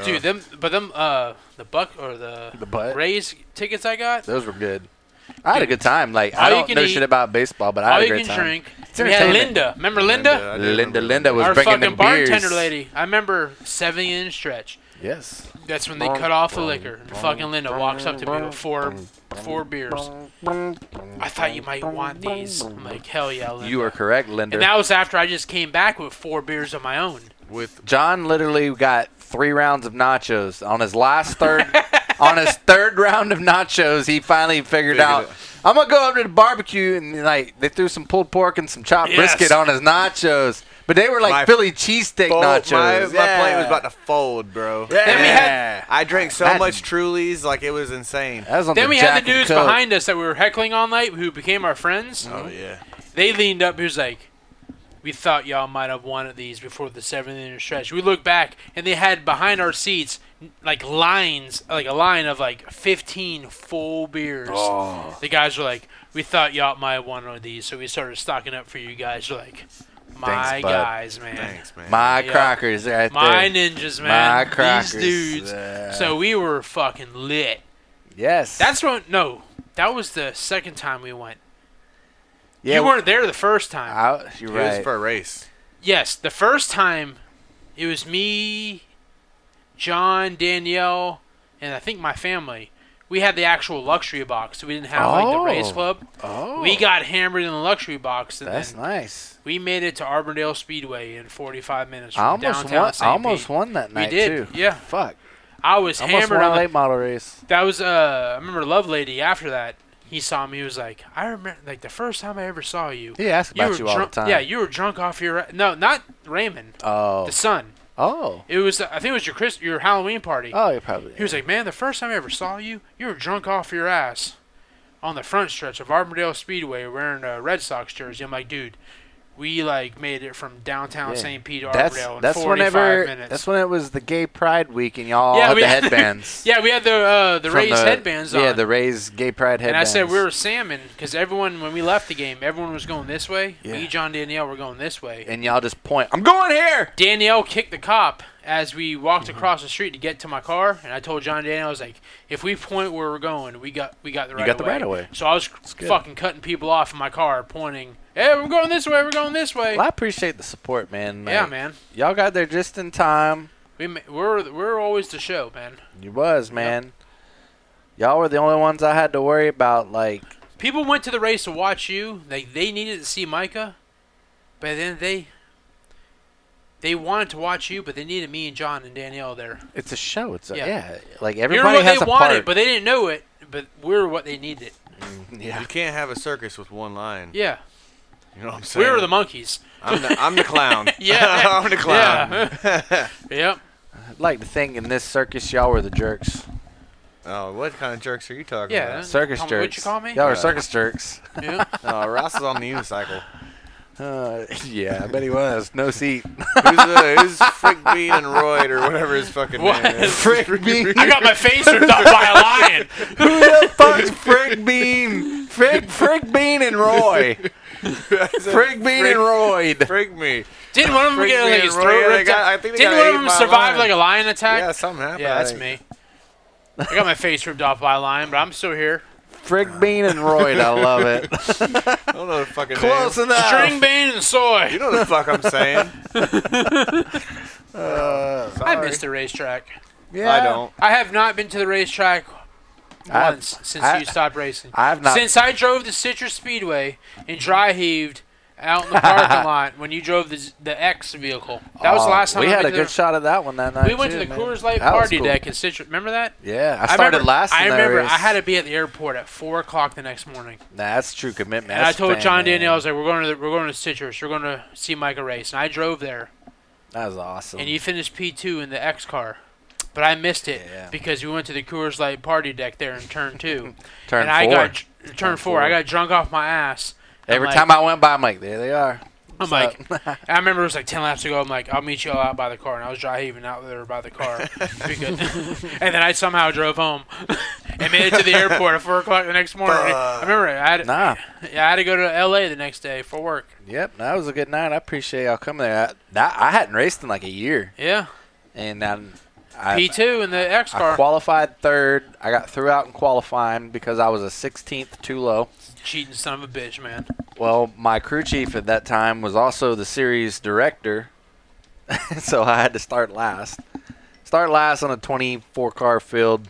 B: Dude, them, but them, uh, the buck or the,
A: the butt.
B: Rays tickets I got.
A: Those were good. I had a good time. Like I
B: All you
A: don't
B: can
A: know
B: eat,
A: shit about baseball, but I
B: All
A: had a
B: you
A: great
B: can
A: time.
B: drink.
A: It's
B: We had
A: entertainment.
B: Linda. Remember Linda?
C: I do
A: Linda,
C: remember
A: Linda was
B: Our
A: bringing
B: fucking
A: them beers.
B: bartender lady. I remember seven inch stretch.
A: Yes.
B: That's when they
A: Bong,
B: cut off the
A: bong,
B: liquor. And
A: bong,
B: fucking Linda
A: bong,
B: walks up to me with four,
A: bong,
B: four beers. I thought you might want these. I'm like, hell yeah, Linda.
A: You are correct,
B: And that
A: Linda.
B: was after I just came back with four beers of my own.
C: with
A: John literally got three rounds of nachos on his last third. on his third round of nachos, he finally figured
C: Figured
A: out.
C: it.
A: I'm gonna go up to the barbecue and like they threw some pulled pork and some chopped
B: Yes.
A: brisket on his nachos, but they were like
C: My
A: Philly cheesesteak
C: fold,
A: nachos.
C: My, my plate was
A: Yeah.
C: about to fold, bro.
A: Yeah.
B: Then we
A: had-
C: I drank so
A: That- Oh,
C: much Trulies, like it was insane.
A: That was on
B: Then
A: the
B: we
A: Jack
B: had the
A: and
B: dudes
A: Coke.
B: behind us that we were heckling all night who became our friends.
C: Oh yeah.
B: They leaned up. He was like, We thought y'all might have wanted these before the seventh inning stretch. We looked back, and they had behind our seats like lines, like a line of like 15 full beers.
A: Oh.
B: The guys were like, We thought y'all might have wanted one of these, so we started stocking up for you guys. We're like, My
A: bud.
B: guys, man.
C: Thanks, man.
A: My
B: Yeah.
A: crackers right
B: My
A: there.
B: ninjas, man.
A: My crackers.
B: These dudes.
A: Yeah.
B: So we were fucking lit.
A: Yes.
B: That's when no, that was the second time we went.
A: yeah,
B: you weren't there the first time.
A: I, you're
C: it
A: right.
C: was for a race.
B: yes, the first time it was me, John, Danielle, and I think my family. We had the actual luxury box. We didn't have like the race
A: Oh.
B: club.
A: oh,
B: We got hammered in the luxury box, and
A: That's
B: then
A: nice.
B: we made it to Arbordale Speedway in 45 minutes. From
A: I almost
B: downtown
A: won. I
B: St.
A: almost
B: Pete.
A: won that night
B: did,
A: too.
B: yeah.
A: Fuck.
B: I was
A: I almost
B: hammered
A: won a
B: on the
A: late model race.
B: That was uh, I remember Love Lady. After that, he saw me. He was like, I remember like the first time I ever saw you.
A: He asked
B: You
A: about
B: were
A: you, all the
B: drunk.
A: time.
B: Yeah, you were drunk off your no, not Raymond,
A: Oh.
B: the son.
A: Oh.
B: It was I think it was your Chris your Halloween party.
A: Oh, you probably.
B: He was like, man, the first time I ever saw you, you were drunk off your ass on the front stretch of Armadale Speedway wearing a Red Sox jersey. I'm like, dude. We like made it from downtown
A: Yeah.
B: St. Pete to
A: that's
B: Armadale in
A: that's
B: 45
A: whenever
B: minutes.
A: that's when it was the Gay Pride Week and y'all
B: Yeah,
A: had
B: we-
A: the headbands.
B: yeah, we had the uh, the
A: from
B: raised headbands on.
A: Yeah, the Rays Gay Pride
B: And I
A: headbands.
B: said we were salmon because everyone, when we left the game, everyone was going this way.
A: Yeah.
B: Me, John, Danielle were going this way.
A: And y'all just point. I'm going here.
B: Danielle kicked the cop as we walked
A: Mm-hmm.
B: across the street to get to my car, and I told John Danielle, I was like, "If we point where we're going, we got we got the right
A: got the
B: away.
A: right of way.
B: So I was
A: good.
B: fucking cutting people off in my car, pointing, "Hey, we're going this way. We're going this way."
A: Well, I appreciate the support, man.
B: yeah,
A: Like,
B: man.
A: Y'all got there just in time.
B: We ma- we're we're always the show, man.
A: You was man. Y'all were the only ones I had to worry about. Like
B: People went to the race to watch you. Like they needed to see Micah, but then they They wanted to watch you, but they needed me and John and Danielle there.
A: It's a show. It's a,
B: Yeah.
A: yeah. Like
B: You're what
A: everybody
B: they
A: has a part.
B: wanted, but they didn't know it. But we're what they needed.
A: yeah.
C: You can't have a circus with one line.
B: Yeah,
C: You know what I'm saying?
B: we were the monkeys.
C: I'm the, I'm the clown.
B: Yeah.
C: I'm the clown.
B: Yep.
A: I'd like to think in this circus, y'all were the jerks.
C: oh, what kind of jerks are you talking
B: Yeah,
C: about?
B: that's-
A: Circus
B: Call me-
A: jerks.
B: what'd you call me? Uh.
A: Y'all were
C: Yeah.
A: circus jerks.
B: Yeah.
C: Oh, Ross is on the unicycle.
A: Uh, yeah, I bet he was. No seat.
C: Who's, uh, who's Frick Bean and Royd or whatever his fucking
B: What?
C: name is?
A: Frick Bean.
B: I got my face ripped off by a lion.
A: Who the fuck's Frick Bean? Frick, Frick Bean and Roy. Frick Bean and Royd.
C: Frick me.
B: Didn't one of them
C: Freak
B: get
C: me
B: like
C: and
B: his
C: Roy,
B: throat
C: they
B: ripped
C: got-
B: out?
C: I think they
B: Didn't
C: got
B: one of
C: ate
B: them
C: by a
B: survive
C: lion.
B: like a lion attack?
C: Yeah, something happened.
B: yeah,
C: I
B: that's
C: think.
B: me. I got my face ripped off by a lion, but I'm still here.
A: Frick Bean and Royd. I love it.
C: I don't know the fucking
A: Close
C: name.
A: enough.
B: String bean and
C: You
B: soy.
C: know the fuck I'm saying.
A: Uh,
B: I
C: Sorry.
B: miss the racetrack.
A: yeah.
C: I don't.
B: I have not been to the racetrack
A: I've-
B: once since
A: I-
B: you stopped racing.
A: I've not.
B: Since I drove the Citrus Speedway and dry heaved out in the parking lot when you drove the the X vehicle. That was the
A: Uh,
B: last time
A: we
B: I
A: had
B: went
A: a
B: to
A: good
B: the-
A: shot at that one that night.
B: We went to
A: too,
B: the
A: man.
B: Coors Light
A: That was
B: party
A: cool.
B: deck in Citrus. Remember that?
A: Yeah, I
B: I
A: started
B: remember,
A: last.
B: I
A: in that
B: remember
A: race.
B: I had to be at the airport at four o'clock the next morning,
A: Nah, that's true commitment.
B: and I
A: That's
B: told
A: fan,
B: John
A: man.
B: Danielle, I was like, "We're going to the, we're going to Citrus. We're going to see Micah race." And I drove there,
A: That was awesome.
B: and you finished P two in the X car, but I missed it
A: Yeah.
B: because we went to the Coors Light party deck there in turn two,
A: Turn
B: and I
A: four.
B: got dr- turn,
A: Turn
B: four.
A: four.
B: I got drunk off my ass.
A: Every
B: I'm
A: time
B: like,
A: I went by, I'm like, there they are.
B: I'm
A: What's
B: like, I remember it was like ten laps ago. I'm like, I'll meet you all out by the car, and I was dry heaving out there by the car, because, and then I somehow drove home and made it to the airport at four o'clock the next morning. I remember I had
A: Nah.
B: yeah, I had to go to L.A. the next day for work.
A: Yep, that was a good night. I appreciate y'all coming there. I, that I hadn't raced in like a year,
B: Yeah,
A: and I'm-
B: P
A: I,
B: two in the X
A: I
B: car.
A: qualified third. I got threw out in qualifying because I was a 16th too low.
B: Cheating son of a bitch, man.
A: Well, my crew chief at that time was also the series director, so I had to start last. Start last on a 24 car field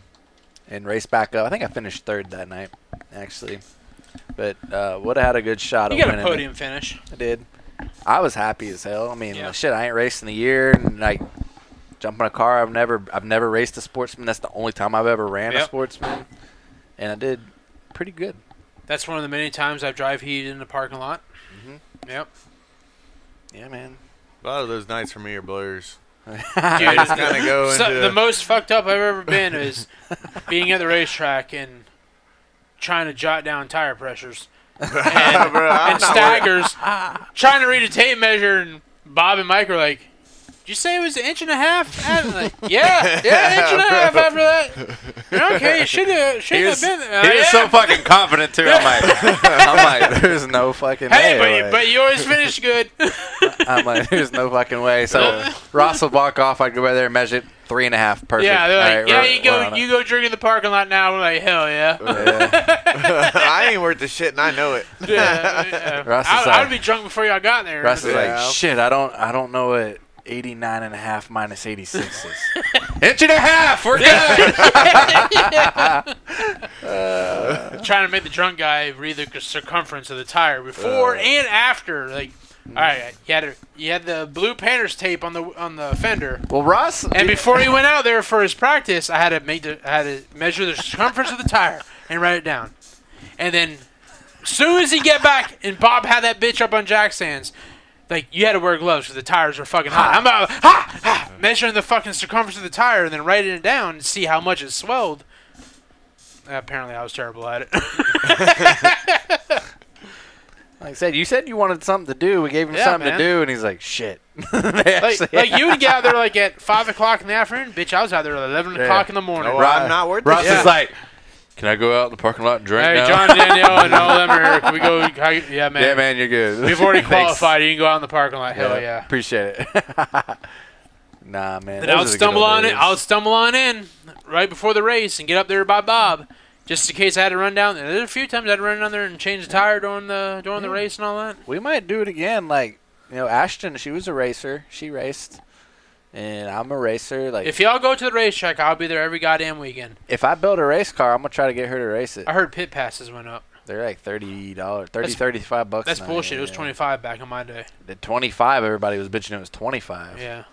A: and race back up. I think I finished third that night, actually. But uh, would have had a good shot
B: You
A: at
B: got a
A: winning. it.
B: podium finish.
A: I did. I was happy as hell. I mean,
B: Yeah.
A: like, shit, I ain't raced in a year, and like jumping a car. I've never, I've never raced a sportsman. That's the only time I've ever ran a
B: Yep.
A: sportsman, and I did pretty good.
B: That's one of the many times I've drive heated in the parking lot.
A: Mhm.
B: Yep.
A: Yeah, man.
C: A lot of those nights for me are blurs.
B: Dude,
C: I just kind of go
B: So-
C: into
B: the most fucked up I've ever been is being at the racetrack and trying to jot down tire pressures and,
C: Bro, I'm
B: and
C: not worried.
B: staggers, trying to read a tape measure, and Bob and Mike are like, "Did you say it was an inch and a half?" I'm like, yeah, yeah, an inch and a half after that. You're okay, it should have should have been. there."
A: He
B: "Uh,
A: was
B: yeah."
A: so fucking confident too. I'm like, I'm like, there's no fucking
B: Hey,
A: way.
B: but, you-
A: like,
B: but you always finish good.
A: I'm like, there's no fucking way. So Ross will walk off. I'd go by there and measure it, three and a half. Perfect.
B: yeah, they're
A: All
B: like,
A: right,
B: yeah,
A: we're-
B: you
A: we're
B: go,
A: on
B: you
A: it."
B: go drink in the parking lot now. I'm like, hell yeah.
A: Yeah.
C: I ain't worth the shit, and I know it.
B: yeah, yeah.
A: Russ is
B: I'd,
A: like-
B: I'd be drunk before y'all got there.
A: Russ is
C: Yeah.
A: like, shit, I don't, I don't know what 89 and a half minus 86 is. Inch and a half, we're good.
B: trying to make the drunk guy read the circumference of the tire before
A: Uh.
B: and after. Like, all right, you had a, you had the blue painter's tape on the on the fender,
A: well, Russ,
B: and before he went out there for his practice, I had to make the I had to measure the circumference of the tire and write it down, and then soon as he get back and Bob had that bitch up on jack stands. Like you had to wear gloves because the tires were fucking hot. I'm out ha, ha, measuring the fucking circumference of the tire and then writing it down and see how much it swelled. Apparently, I was terrible at it.
A: like I said, you said you wanted something to do. We gave him
B: Yeah,
A: something
B: man.
A: to do, and he's like, shit. They
B: Like,
A: actually-
B: like you would get out there like at five o'clock in the afternoon, bitch. I was out there at eleven
A: Yeah.
B: o'clock in the morning.
C: No, I'm not worth
A: Russ
C: the shit.
A: is like, can I go out in the parking lot and drink
B: hey,
A: now?
B: John, Danielle, and all them are here. Can we go? How, yeah, man.
A: yeah, man, you're good.
B: We've already
A: Thanks.
B: qualified. you can go out in the parking lot. Hell yeah.
A: Appreciate it. nah, man.
B: Then I would stumble on it. I would stumble on in right before the race and get up there by Bob, just in case I had to run down there. There's a few times I had to run down there and change the tire during the during the
A: Yeah.
B: race and all that.
A: we might do it again. Like, you know, Ashton, she was a racer. She raced. And I'm a racer. Like,
B: If
A: if,
B: y'all go to the racetrack, I'll be there every goddamn weekend.
A: I build a race car, I'm going to try to get her to race it.
B: I heard pit passes went up.
A: They're like thirty dollars, 30
B: That's-
A: 35 bucks.
B: That's
A: now,
B: bullshit. It was
A: yeah.
B: twenty five back in my day.
A: The twenty five. Everybody was bitching. It was twenty five.
B: Yeah.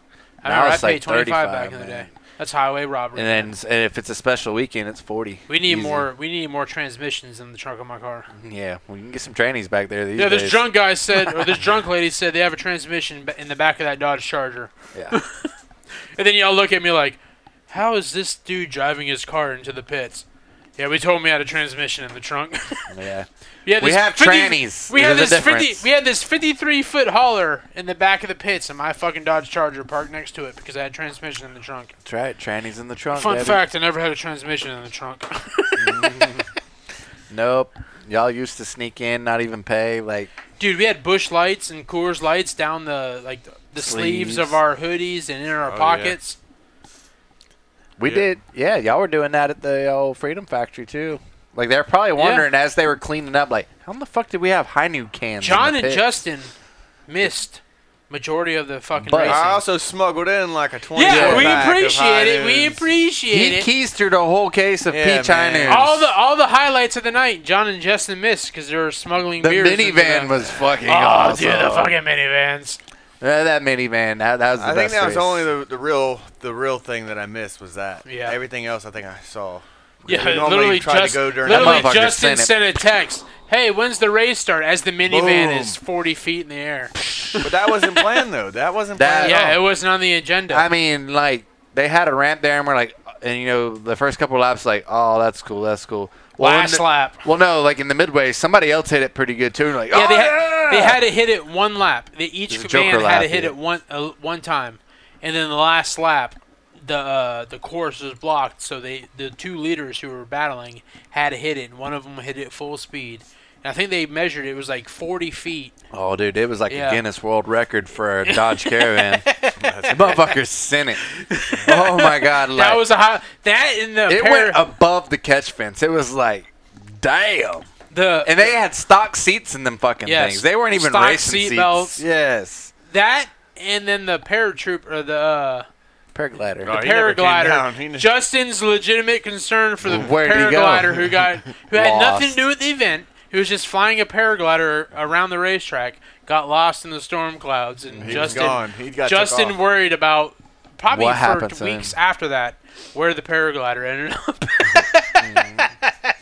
B: I
A: Now
B: remember I
A: it's like
B: paid twenty five
A: 35,
B: back in the day.
A: man.
B: That's highway robbery.
A: And then s- and if it's a special weekend, it's forty.
B: we need
A: Easy.
B: more. We need more transmissions in the trunk of my car.
A: Yeah, we can get some trainees back there. These
B: yeah, this
A: days.
B: drunk guy said, or this drunk lady said, they have a transmission ba- in the back of that Dodge Charger.
A: Yeah.
B: And then y'all look at me like, how is this dude driving his car into the pits? Yeah, we told him he had a transmission in the trunk.
A: yeah.
B: yeah,
A: We
B: this
A: have
B: 50
A: trannies.
B: We
A: There's
B: had
A: a
B: this
A: difference.
B: fifty. We had this fifty-three foot hauler in the back of the pits, and my fucking Dodge Charger parked next to it because I had transmission in the trunk.
A: Try it. Trannies in the trunk.
B: Fun
A: baby.
B: fact: I never had a transmission in the trunk.
A: Nope. Y'all used to sneak in, not even pay. Like
B: Dude, we had bush lights and Coors lights down the like the, the sleeves.
A: Sleeves.
B: of our hoodies and in our
C: Oh, yeah.
B: pockets.
A: we
C: Yeah.
A: did. Yeah, y'all were doing that at the old Freedom Factory too. Like they're probably wondering as they were cleaning up, like, how in the fuck did we have high new cans? in
B: John
A: the
B: and
A: pit?
B: Justin missed majority of the fucking
A: But-
B: racing.
C: I also smuggled in like a twenty.
B: yeah, we
C: pack of
B: appreciate it. We
C: High Noons.
B: appreciate
A: He
B: it.
A: keys through the whole case of
C: Yeah,
A: peach high
C: man.
A: noons.
B: all the all the highlights of the night, John and Justin missed because they were smuggling
A: The
B: beers. into
A: minivan
B: the-
A: was fucking
B: Oh,
A: awesome.
B: dude, the fucking minivans.
A: Yeah, that minivan. That, that was the
C: I think
A: best
C: that was
A: race.
C: only the, the real the real thing that I missed was that.
B: Yeah.
C: Everything else I think I saw.
B: Yeah,
C: We normally
B: literally,
C: try to
B: just,
C: go during-
B: literally
A: That motherfucker
B: Justin
A: sent it.
B: sent a text. Hey, when's the race start? As the minivan
C: Boom.
B: is 40 feet in the air.
C: But that wasn't planned though. That wasn't
A: That-
C: planned. at
B: yeah,
C: all.
B: it wasn't on the agenda.
A: I mean, like they had a ramp there, and we're like, uh, and you know, the first couple laps, like, oh, that's cool, that's cool. Well, in
B: Last
A: the-
B: lap.
A: Well, no, like in the midway, somebody else hit it pretty good too. And like,
B: Yeah,
A: oh,
B: they, had,
A: yeah!
B: they had to hit it one lap. They each
A: It was a
B: band
A: Joker
B: had
A: lap,
B: to hit
A: yeah.
B: it one uh, one time, and then the last lap, the uh, the course was blocked. So they the two leaders who were battling had to hit it, and one of them hit it full speed. And I think they measured it, was like 40 feet.
A: Oh, dude, it was like
B: Yeah.
A: a Guinness World Record for a Dodge Caravan. Motherfucker sent it. Oh my god, like,
B: that was a high. That in the
A: it
B: pair,
A: went above the catch fence. It was like, damn.
B: the
A: And they had stock seats in them fucking
B: Yes.
A: things. They weren't even
B: Stock
A: racing
B: seat
A: seats.
B: belts.
A: Yes,
B: that and then the paratroop or the. Uh,
A: paraglider.
C: Right. Oh, he never came down. He
B: paraglider.
C: kn-
B: Justin's legitimate concern for the
A: Where'd he go?
B: paraglider who got who had nothing to
A: Lost.
B: do with the event, who was just flying a paraglider around the racetrack, got lost in the storm clouds, and
C: He was
B: Justin
C: gone. He got took
B: Justin
C: off.
B: worried about probably
A: What
B: for
A: happened to
B: weeks
A: him?
B: after that where the paraglider ended up.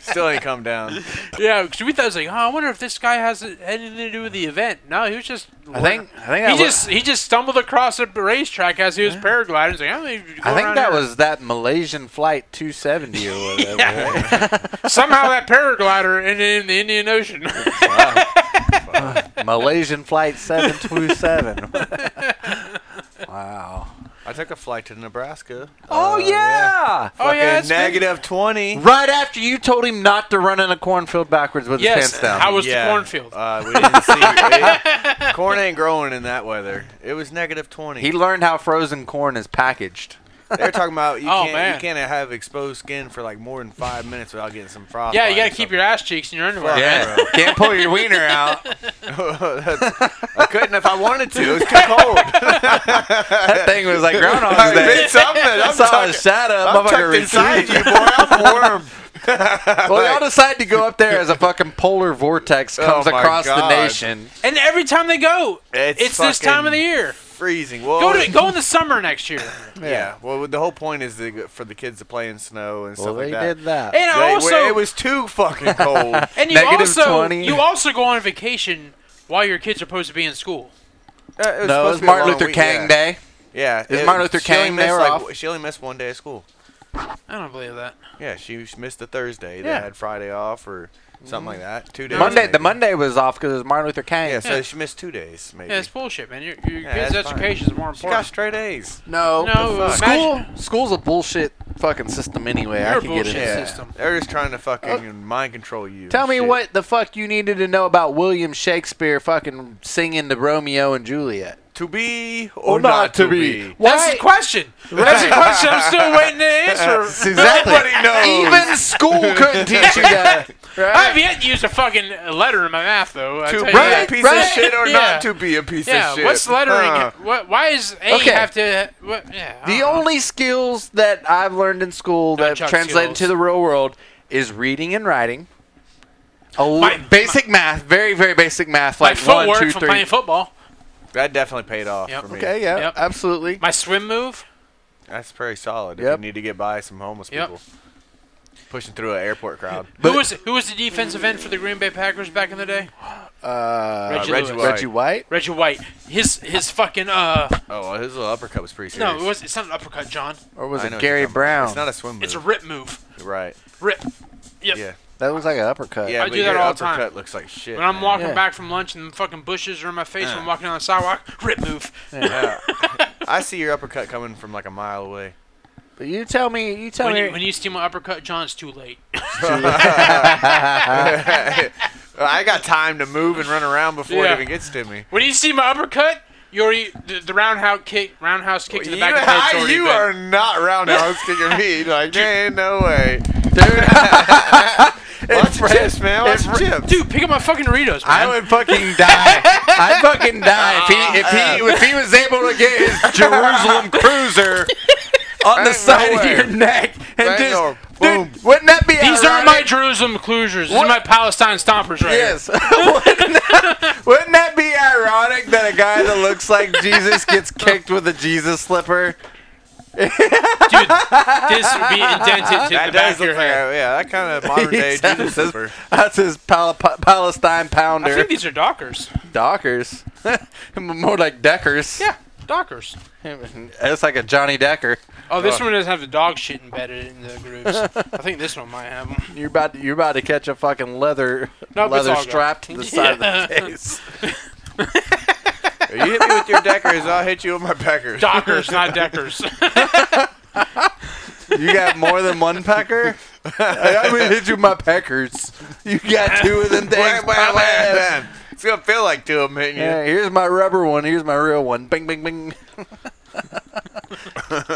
C: Still ain't come down.
B: yeah, because we thought it was like, oh, I wonder if this guy has anything to do with the event. No, he was just.
A: I think. I think.
B: He
A: that was-
B: just he just stumbled across a racetrack as he was paragliding. He's like, I'm gonna go
A: I
B: around
A: think that
B: here."
A: was that Malaysian flight 270 or whatever. right?
B: somehow that paraglider ended in the Indian Ocean.
A: Malaysian flight 727. wow.
C: I took a flight to Nebraska. Um,
A: Oh yeah.
B: Oh, yeah,
C: Fucking
B: it's been-
C: negative twenty.
A: Right after you told him not to run in a cornfield backwards with his
B: yes,
A: pants down.
B: I was
C: yeah.
B: the cornfield.
C: Uh, we didn't see. it. corn ain't growing in that weather. It was negative twenty.
A: he learned how frozen corn is packaged.
C: They're talking about you
B: Oh,
C: can't
B: man.
C: you can't have exposed skin for like more than five minutes without getting some frost.
B: yeah, you gotta keep your ass cheeks in your underwear.
C: Yeah.
A: Can't pull your wiener out.
C: I couldn't if I wanted to. It was too cold.
A: That thing was like
C: I
A: Groundhog's Day.
C: did something.
A: I
C: I'm,
A: saw a
C: tucked,
A: shadow.
C: I'm
A: motherfucker
C: tucked inside
A: retreated.
C: you, boy. I'm warm.
A: Well, y'all decide to go up there as a fucking polar vortex
C: Oh,
A: comes
C: my
A: across the
C: God.
A: nation.
B: And every time they go,
C: It's
B: it's, this
C: fucking-
B: time of the year.
C: Freezing. Well,
B: Go to go in the summer next year.
C: yeah. Well, the whole point is to, for the kids to play in snow and
A: Well,
C: stuff
A: they
C: like that.
A: did that.
B: And
C: They-
B: also,
C: it was too fucking cold.
B: and you
A: Negative
B: also
A: 20.
B: you also go on vacation while your kids are supposed to be in school.
C: Uh, it was
A: No,
C: supposed
A: it was
C: to be a
A: Martin
C: long
A: Luther
C: week-
A: King
C: yeah.
A: Day.
C: Yeah,
A: was Martin Luther
C: she only
A: King, they
C: missed,
A: were
C: like,
A: off.
C: w- She only missed one day of school.
B: I don't believe that.
C: Yeah, she sh- missed the Thursday. They
A: Yeah.
C: had Friday off or something like that. Two days.
A: Monday, the
C: maybe.
A: Monday was off because it was Martin Luther King.
C: Yeah, so
B: Yeah.
C: she missed two days maybe.
B: Yeah, it's bullshit, man. Your, your
C: Yeah,
B: kids'
C: that's fine.
B: education is more
C: she got
B: important.
C: straight A's.
A: No,
B: No,
A: the fuck. school.
B: imagine-
A: School's a bullshit fucking system anyway. I
B: You're
A: can
B: bullshit.
A: get it.
C: Yeah,
B: system.
C: they're just trying to fucking mind control you. and
A: Tell me
C: shit.
A: what the fuck you needed to know about William Shakespeare fucking singing the Romeo and Juliet.
C: to be or, not, to be.
B: That's the question. That's the question. I'm still waiting to answer.
A: Exactly.
C: Nobody knows.
A: Even school couldn't teach you that.
B: I
A: Right?
B: have yet to use a fucking letter in my math, though. I
C: To
B: tell
C: be
B: you
A: Right,
B: that.
C: a piece
A: right.
C: of shit or
B: Yeah.
C: not to be a piece
B: Yeah,
C: of shit.
B: what's lettering?
C: Huh.
B: What? Why is A
A: Okay.
B: have to? What, yeah, I
A: The
B: don't know.
A: only skills that I've learned in school that
B: Nunchuck
A: translate
B: skills.
A: into the real world is reading and writing, Oh,
B: My-
A: basic math, very very basic math,
B: My
A: like one,
B: footwork
A: two,
B: from
A: three.
B: playing football.
C: That definitely paid off
B: Yep.
C: for me.
A: okay, yeah,
B: Yep.
A: absolutely.
B: My swim move.
C: That's pretty solid. If
A: Yep.
C: you need to get by some homeless
B: Yep.
C: people. Pushing through an airport crowd.
A: But-
B: who was who was the defensive end for the Green Bay Packers back in the day?
A: uh,
B: Reggie
C: Reggie
B: Lewis.
C: White.
A: Reggie White.
B: Reggie White. His his fucking uh
C: Oh, well, his little uppercut was pretty serious.
B: no, it was it's not an uppercut, John.
A: or was
C: I know
A: it
C: what
A: Gary
C: you're talking about.
A: Brown?
C: It's not a swim move.
B: It's a rip move.
C: right.
B: Rip. Yep.
C: Yeah.
A: that looks like an uppercut.
C: Yeah,
B: I
C: but
B: do that
C: your
B: all the time.
C: uppercut looks like shit.
B: When I'm
C: man.
B: walking
A: Yeah.
B: back from lunch and the fucking bushes are in my face when
C: Uh.
B: I'm walking down the sidewalk, rip move.
C: Yeah. I see your uppercut coming from like a mile away.
A: But you tell me, you tell
B: When
A: me.
B: you, when you steal my uppercut, John, it's too late.
C: Uh, I got time to move and run around before
B: Yeah.
C: it even gets to me.
B: When you see my uppercut, you already the, the roundhouse kick, roundhouse kick to the
C: you
B: back of the head's already
C: you
B: been-
C: are not roundhouse kicking me. Like, ain't no way. Dude. Watch your chips, man. Watch your chips.
B: Dude, pick up my fucking Doritos, man.
A: I would fucking die. I'd fucking die if he if he if he was able to get his Jerusalem cruiser on the
C: Ain't
A: side
C: no
A: of
C: way.
A: your neck and
C: Ain't
A: just
C: no- boom.
A: dude, wouldn't that be
B: These aren't my
A: ironic?
B: Jerusalem closures. These
A: What?
B: are my Palestine stompers right here.
A: Yes. wouldn't, that, wouldn't that be ironic that a guy that looks like Jesus gets kicked with a Jesus slipper?
B: Dude, this would be indented
C: That
B: to the back
C: does
B: of
C: look
B: your
C: like,
B: head.
C: yeah, that kind of modern day
A: That's
C: Jesus
A: his-
C: slipper.
A: That's his Pal- Pa- Palestine
B: I
A: pounder.
B: think these are Dockers.
A: Dockers. More like Deckers.
B: Yeah, Dockers.
A: That's like a Johnny Decker.
B: Oh, this one doesn't have the dog shit embedded in the grooves. I think this one might have them.
A: You're about to, you're about to catch a fucking leather
B: No, it's
A: leather
B: all good.
A: strap to the side of the
B: Yeah.
A: face.
C: You hit me with your deckers, I'll hit you with my peckers.
B: Dockers, not Deckers.
A: You got more than one pecker? I would hit you with my peckers. You got two of them
C: Wham,
A: things.
C: wham, wham, wham. It's gonna feel like two of them hitting you.
A: Yeah, here's my rubber one. Here's my real one. Bing, bing, bing.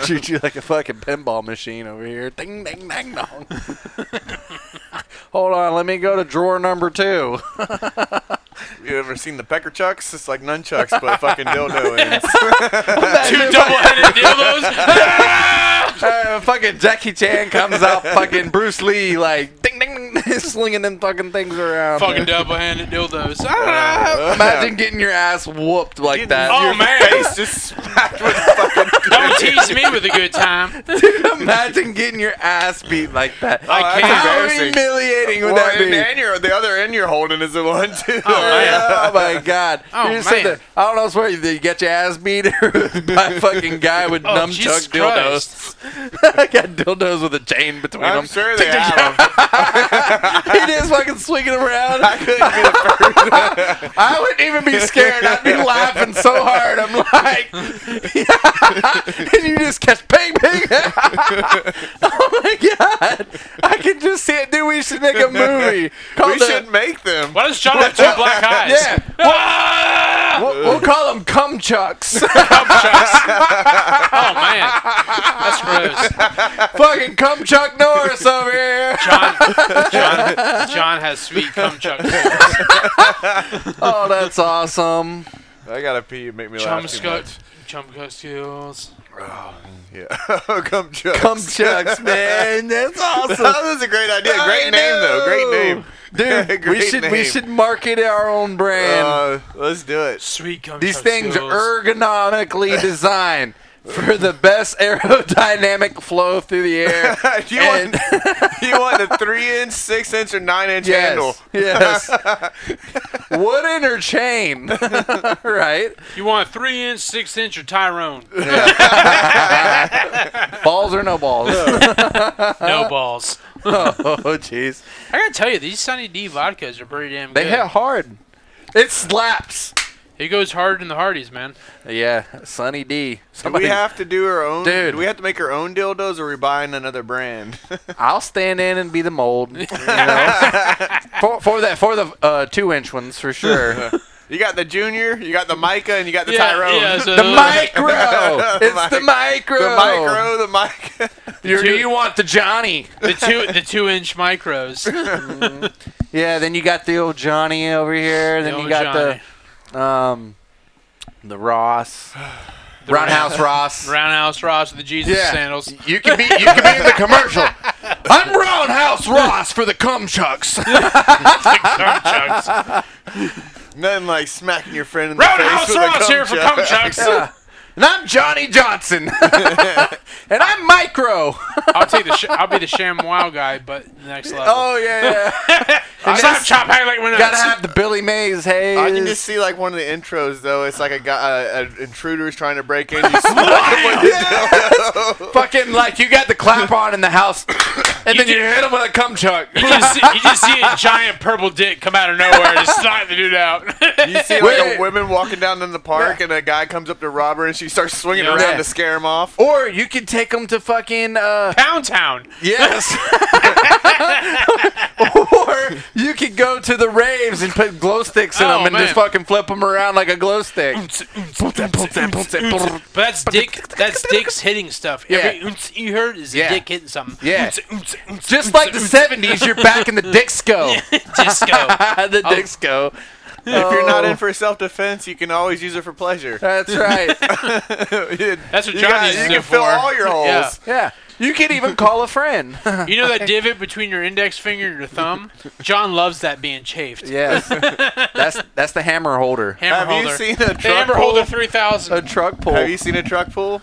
A: Shoot you like a fucking pinball machine over here. Ding, ding, ding, dong. Hold on, let me go to drawer number two.
C: You ever seen the pecker chucks? It's like nunchucks, but fucking dildo ends.
B: Two double-headed dildos.
A: Uh, fucking Jackie Chan comes out, fucking Bruce Lee, like ding, ding, ding, slinging them fucking things around.
B: fucking double-handed dildos. Ah.
A: Imagine getting your ass whooped like that.
B: Oh,
C: Your
B: man.
C: face just smacked with fucking.
B: Don't tease me with a good time.
A: Imagine getting your ass beat like that.
B: I
C: that's
B: can't.
A: How
C: embarrassing.
A: humiliating would
C: Well,
A: that
C: and,
A: be?
C: and your, the other end you're holding is the one too.
B: Oh, man.
A: Oh my god!
B: Oh,
A: you just said
B: man.
A: that- I don't know where you, you get your ass beat or by fucking guy with
B: Oh, Jesus
A: nunchuck dildos. I got dildos with a chain between
C: I'm
A: them.
C: sure they have 'em.
A: he just fucking swinging around.
C: I couldn't be the first.
A: I wouldn't even be scared. I'd be laughing so hard. I'm like, and you just catch ping, ping. oh my god! I can just see it. Dude, we should make a movie called
C: We
A: the-
C: should make them.
B: Why does John have two black eyes?
A: Yeah.
B: Ah!
A: We'll, we'll call them cum chucks.
B: Oh man, that's gross.
A: fucking cum chuck Norris over here.
B: John, John, John has sweet cum chuck. dildos.
A: Oh, that's awesome.
C: I gotta pee. You make me
B: Chum
C: laugh. too
B: scut, chum cut skills.
C: much. Yeah. Oh, Come chuck.
A: Cum chucks, man. That's awesome.
C: That was a great idea.
A: I
C: Great name though. Great name.
A: know. dude. we
C: Great
A: should we
C: name.
A: should market our own brand.
C: Uh, let's do it.
B: Sweet cum
A: These
B: chuck
A: things
B: skills.
A: are ergonomically designed for the best aerodynamic flow through the air.
C: you
A: and-
C: want you want a three inch, six inch, or nine inch handle?
A: yes, yes. Wooden or chain, right?
B: You want a three inch, six inch, or Tyrone?
A: Balls or no balls?
B: No balls.
A: oh, jeez.
B: I gotta tell you, these Sunny D vodkas are pretty damn
A: They
B: good.
A: hit hard. It slaps.
B: It goes hard in the Hardies, man.
A: Yeah, Sunny D.
C: Do we have to do our own?
A: Dude.
C: Do we have to make our own dildos, or are we buying another brand?
A: I'll stand in and be the mold. you know. for, for that, for the uh, two-inch ones for sure.
C: you got the junior, you got the Micah, and you got the
B: yeah,
C: Tyrone.
B: Yeah, so
A: the micro. It's the
C: Mic-
A: micro.
C: The micro, the Micah.
A: You're-
B: Two-
A: you want the Johnny?
B: the two, the two inch micros.
A: Yeah. Then you got the old Johnny over here. Then
B: The
A: you
B: old
A: got
B: Johnny.
A: the um, the Ross, Roundhouse Ross.
B: Roundhouse Ross with the Jesus
A: yeah.
B: sandals.
A: You can be. You can be in the commercial. I'm Roundhouse Ross for the cum chucks.
B: Cum chucks.
C: Nothing like smacking your friend in the face
B: Roadhouse
C: with a
B: Ross
C: cum
B: here for
C: chuck.
B: cum chucks.
A: and I'm Johnny Johnson. and I'm Micro.
B: I'll take the. Sh- I'll be the sham wow guy, but the next level.
A: oh yeah, yeah.
B: Stop chop hang like we're
A: Gotta
B: nuts.
A: have the Billy Mays. Hey,
C: I can just see like one of the intros though. It's like a guy, uh, an intruder is trying to break in. You smack him with your dildo.
A: fucking like you got the clap on in the house, and then
B: You
A: you
B: ju-
A: hit him with a cum chuck.
B: You just, see, you just see a giant purple dick come out of nowhere and just knock the dude out.
C: You see like
A: Wait.
C: a woman walking down in the park, and a guy comes up to rob her, and she starts swinging
B: Yeah.
C: around to scare him off.
A: Or you could take him to fucking uh,
B: Pound Town.
A: yes. or you could go to the raves and put glow sticks in
B: Oh,
A: them and just
B: man.
A: fucking flip them around like a glow stick.
B: But that's dick. That's dicks hitting stuff.
A: Yeah.
B: Every oonce you heard is a
A: Yeah.
B: dick hitting something.
A: Yeah.
B: Oonce, oonce, oonce,
A: Just
B: oonce,
A: like the
B: oonce.
A: '70s, you're back in the disco.
B: disco.
A: the disco.
C: If you're not in for self defense, you can always use it for pleasure.
A: That's right.
C: That's
B: what
C: you
B: John
C: got-
B: uses
C: You
B: it
C: can fill
B: for.
C: all your holes.
B: Yeah.
A: yeah. You could even call a friend.
B: You know that divot between your index finger and your thumb? John loves that being chafed.
A: yes. That's that's the hammer holder.
B: Hammer
C: Have
B: holder.
C: you seen a
B: the
C: truck
B: hammer
C: pull?
B: holder three
A: A
B: thousand?
A: truck pull.
C: Have you seen a truck pull?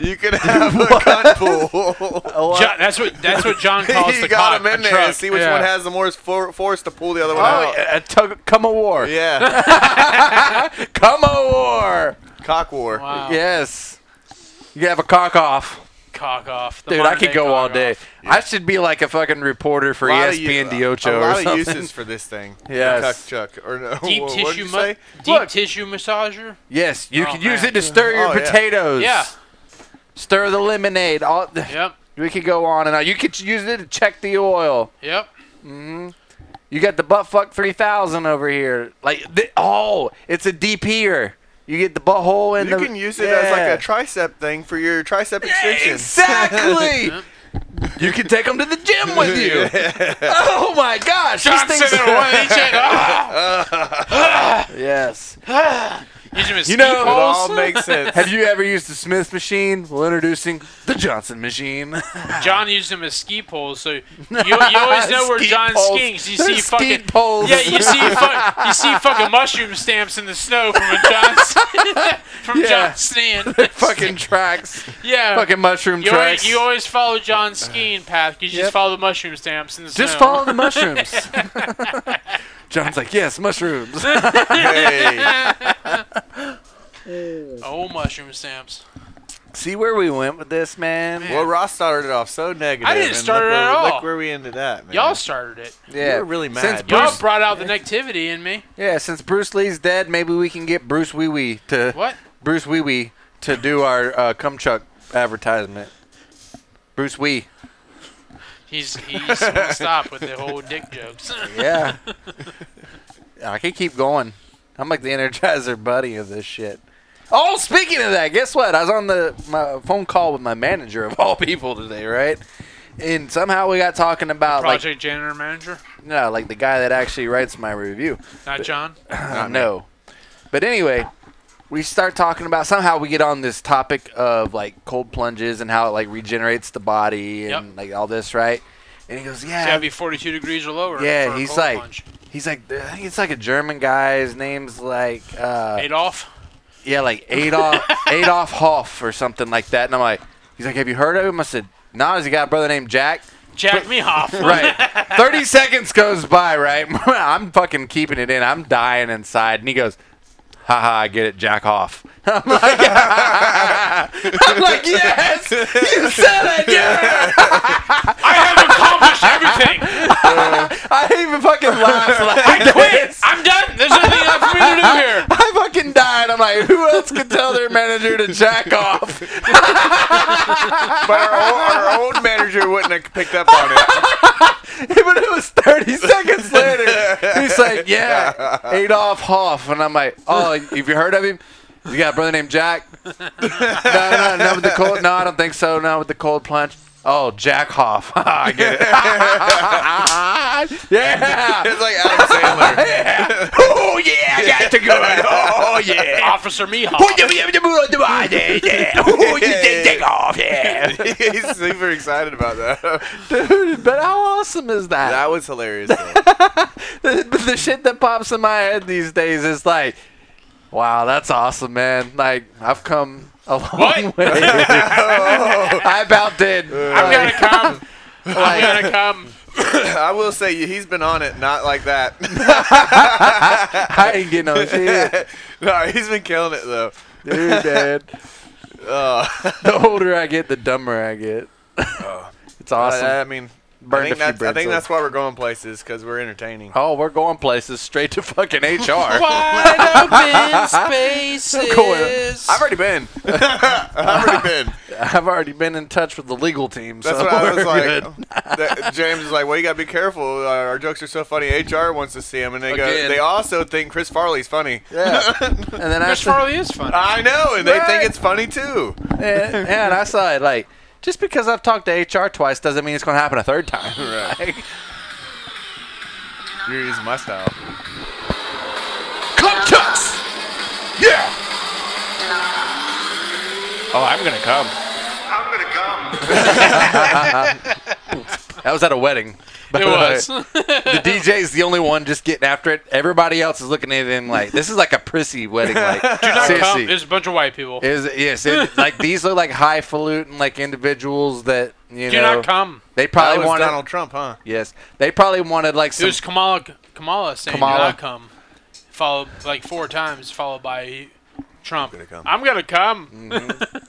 C: You can have a gun pull.
A: Oh, uh,
B: John, that's what that's what John calls
C: you
B: the
C: got
B: cock,
C: them in
B: a
C: there
B: truck.
C: and see which
B: Yeah.
C: one has the more for- force to pull the other one
A: oh,
C: out.
A: a tug, come a war.
C: Yeah,
A: Come a war.
C: cock war.
B: Wow.
A: Yes. You could have a cock off.
B: Cock off. The
A: Dude, I
B: modern
A: could
B: day
A: go
B: cock
A: all day.
B: off.
A: I should be like a fucking reporter for E
C: Lot of
B: E
A: ESPN
C: u-
A: Diocho
C: a
A: or
C: lot
A: something.
C: of uses for this thing.
A: Yes.
C: Cuck chuck or no?
B: Deep
C: what
B: tissue,
C: you
B: mu-
C: say?
B: deep
A: Look.
B: tissue massager.
A: Yes, you
B: Oh,
A: could use
B: man.
A: it to stir your
C: Oh, yeah.
A: potatoes.
B: Yeah.
A: Stir the lemonade. All
B: Yep.
A: we could go on and on. You could use it to check the oil.
B: Yep.
A: You got the butt fuck three thousand over here. Like th- oh, it's a DPer. You get the butthole and
C: You
A: the.
C: can use it as
A: Yeah.
C: like a tricep thing for your tricep extension.
A: Exactly. you can take them to the gym with you. Oh my gosh, these
B: John
A: things.
B: sitting there one in each hand. Ah!
A: yes.
B: Using his
A: You know-
B: ski
C: It
B: poles.
C: all makes sense.
A: Have you ever used the Smith machine? Well, introducing the Johnson machine.
B: John used them as ski poles, so you, you always know where
A: Ski
B: John's
A: poles.
B: skiing. 'cause You
A: They're
B: see
A: ski
B: fucking
A: poles.
B: yeah, you see fuck, you see fucking mushroom stamps in the snow from a John's from
A: Yeah.
B: John's stand.
A: fucking tracks.
B: yeah,
A: Fucking mushroom
B: you
A: tracks. Uh,
B: always, you always follow John's skiing path. You just
A: Yep.
B: follow the mushroom stamps in the
A: Just
B: snow.
A: follow the mushrooms. John's like, yes, mushrooms.
C: Hey.
B: Oh, mushroom stamps.
A: See where we went with this, man.
C: Well, Ross started it off so negative.
B: I didn't
C: and
B: start
C: look
B: it at
C: where,
B: all.
C: Look where we ended at, man.
B: Y'all started it.
A: Yeah,
C: You were really mad.
A: Since
B: Y'all
A: Bruce,
B: brought out the negativity in me.
A: yeah, since Bruce Lee's dead, maybe we can get Bruce Wee Wee to
B: What?
A: Bruce Wee Wee to do our uh, cum chuck advertisement. Bruce Wee.
B: He's he's gonna stop with the whole dick jokes.
A: Yeah. I can keep going. I'm like the Energizer buddy of this shit. Oh, speaking of that, guess what? I was on the my phone call with my manager of all people today, right? And somehow we got talking about like
B: Project janitor manager,
A: no, like the guy that actually writes my review.
B: not John.
A: Uh, no. But anyway, we start talking about somehow we get on this topic of like cold plunges and how it like regenerates the body and
B: Yep.
A: like all this, right? And he goes,
B: It's gotta
A: "Yeah,
B: be 42 degrees or lower. for
A: yeah."
B: a
A: He's
B: cold
A: like,
B: plunge.
A: he's like, I think it's like a German guy. His name's like, uh,
B: Adolf.
A: yeah, like Adolf Adolf Hoff or something like that. And I'm like, he's like, "Have you heard of him?" I said, "No." Nah, he's got a brother named Jack.
B: Jack me off.
A: Right. 30 seconds goes by, right? I'm fucking keeping it in. I'm dying inside. And he goes, haha, I get it, jack off. I'm like, I'm like yes, you said it, yeah.
B: I have accomplished everything.
A: I even fucking laughed. Like,
B: Quit. I'm done. There's nothing left for me to do here.
A: I fucking died. I'm like, who else could tell their manager to jack off?
C: But our old, our old manager wouldn't have picked up on it.
A: But it was 30 seconds later. He's like, yeah, Adolf Hoff. And I'm like, oh, have you heard of him? You got a brother named Jack? no, no, not with the cold. No, I don't think so. Not with the cold plunge. Oh, Jack Hoff. I get it. yeah.
C: It's like Adam Sandler.
A: Oh, yeah.
D: yeah, I got to go. Oh yeah.
B: Officer Mihawk.
D: Put them in the moon, the body, yeah. Oh, you did take off, yeah.
C: He's super excited about that.
A: Dude, but how awesome is
C: that was hilarious. though.
A: the, but the shit that pops in my head these days is like, wow, that's awesome, man. Like, I've come a long
B: What?
A: way. I about did.
B: I'm gonna
A: Like,
B: come.
A: like,
B: I'm gonna come.
C: I will say he's been on it, not like that.
A: I ain't getting no shit.
C: no, he's been killing it though.
A: Dude, man.
C: Uh,
A: The older I get, the dumber I get. it's awesome.
C: I, I mean,
A: Burned
C: I think,
A: a
C: that's,
A: few
C: I
A: brain
C: think
A: cells.
C: that's why we're going places because we're entertaining.
A: Oh, we're going places straight to fucking HR.
B: Wide open spaces.
C: I've already been. I've already been.
A: I've already been in touch with the legal team.
C: That's
A: so
C: what I was
A: we're good.
C: like. That- James is like, well, you gotta be careful. Uh, our jokes are so funny. HR wants to see him, and they go.
A: Again.
C: They also think Chris Farley's funny.
A: Yeah. And then I
B: Chris
A: said,
B: Farley is funny.
C: I know, and they think
A: Right.
C: it's funny too.
A: and, and I saw it like just because I've talked to HR twice doesn't mean it's going to happen a third time.
C: Right.
A: Like,
C: You're using my style.
A: come to us. Yeah. Oh, I'm gonna come.
E: I'm gonna come.
A: That was at a wedding. by
B: it
A: the way.
B: was.
A: the DJ's the only one just getting after it. Everybody else is looking at him like this is like a prissy wedding. Like,
B: Do not
A: seriously.
B: come. There's a bunch of white people.
A: Is yes, it, like these look like highfalutin like individuals that you
B: Do
A: know.
B: not come.
A: They
C: That
A: probably
C: was
A: wanted
C: Donald Trump, huh?
A: yes, they probably wanted like
B: It
A: some
B: was Kamala. Kamala saying,
A: Kamala.
B: "Do not come." Followed like four times, followed by Trump.
C: gonna come.
B: I'm gonna come.
C: Mm.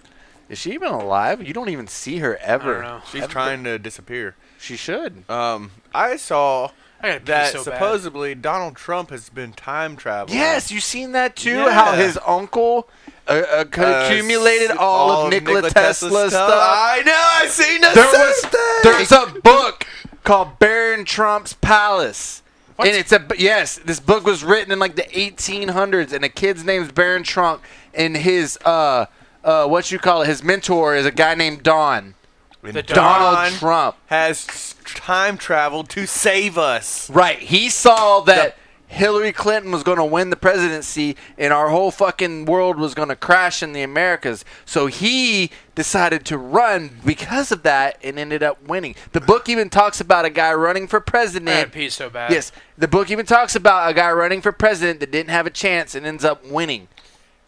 A: Is she even alive? You don't even see her
B: I
A: ever.
B: don't know.
C: She's trying to disappear.
A: She should.
C: Um, I saw
B: I gotta pee
C: that
B: so bad.
C: supposedly Donald Trump has been time traveling.
A: Yes, you seen that too?
C: Yeah.
A: How his uncle uh, uh, c-
C: Uh,
A: accumulated
C: s-
A: all, of Nikola, Tesla's stuff.
C: I know. I seen the
A: There
C: same
A: was
C: thing.
A: there's a book called Baron Trump's Palace. And it's a yes. This book was written in like the 1800s, and the kid's name's Baron Trump, and his uh, uh, what you call it, his mentor is a guy named Don
B: The
A: Donald
C: Don
A: Trump.
C: has s- time traveled to save us.
A: Right. He saw that Hillary Clinton was going to win the presidency and our whole fucking world was going to crash in the Americas. So he decided to run because of that and ended up winning. The book even talks about a guy running for
B: I gotta
A: president.
B: pee so bad.
A: Yes. The book even talks about a guy running for president that didn't have a chance and ends up winning.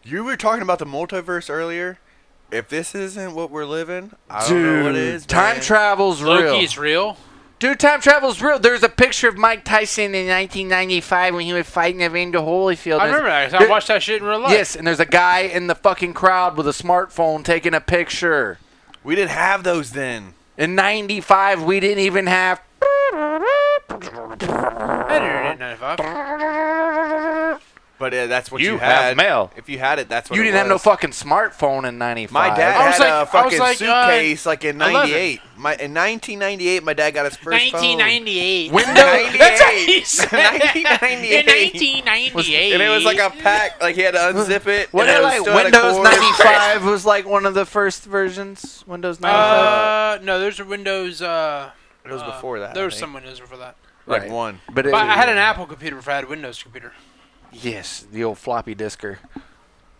C: You were talking about the multiverse earlier. If this isn't what we're living, I don't know what is.
A: time
C: man.
A: travel's real.
B: Loki's real.
A: Dude, time travel's real. There's a picture of Mike Tyson in 1995 when he was fighting Evander Holyfield.
B: I remember that. 'cause I
A: There-
B: watched that shit in real life.
A: Yes, and there's a guy in the fucking crowd with a smartphone taking a picture.
C: We didn't have those then.
A: In 95, we didn't even have.
B: I didn't read it in 95.
C: But uh, that's what you,
A: You have
C: had.
A: mail.
C: If you had it, that's what
A: You
C: it
A: didn't have no
C: was.
A: fucking smartphone in 95.
C: My dad
B: I was
C: had
B: like- I
C: a
B: was
C: fucking
B: like, uh,
C: suitcase like in
B: 11.
C: '98. My in 1998, my dad got his first phone.
A: Windows.
B: That's what he said.
C: 1998.
B: In 1998.
C: And it was like a pack. Like he had to unzip it.
A: What
C: and
A: it
C: it was
A: like
C: still had a
A: Windows
C: cord.
A: 95 was like one of the first versions. Windows 95.
B: Uh, no, there's a Windows. Uh,
C: It was
B: uh,
C: before that.
B: There
C: I
B: was
C: think.
B: some Windows before that.
C: like
A: Right.
C: one.
A: but it,
B: But I had an Apple computer before I had a Windows computer.
A: yes, the old floppy disker.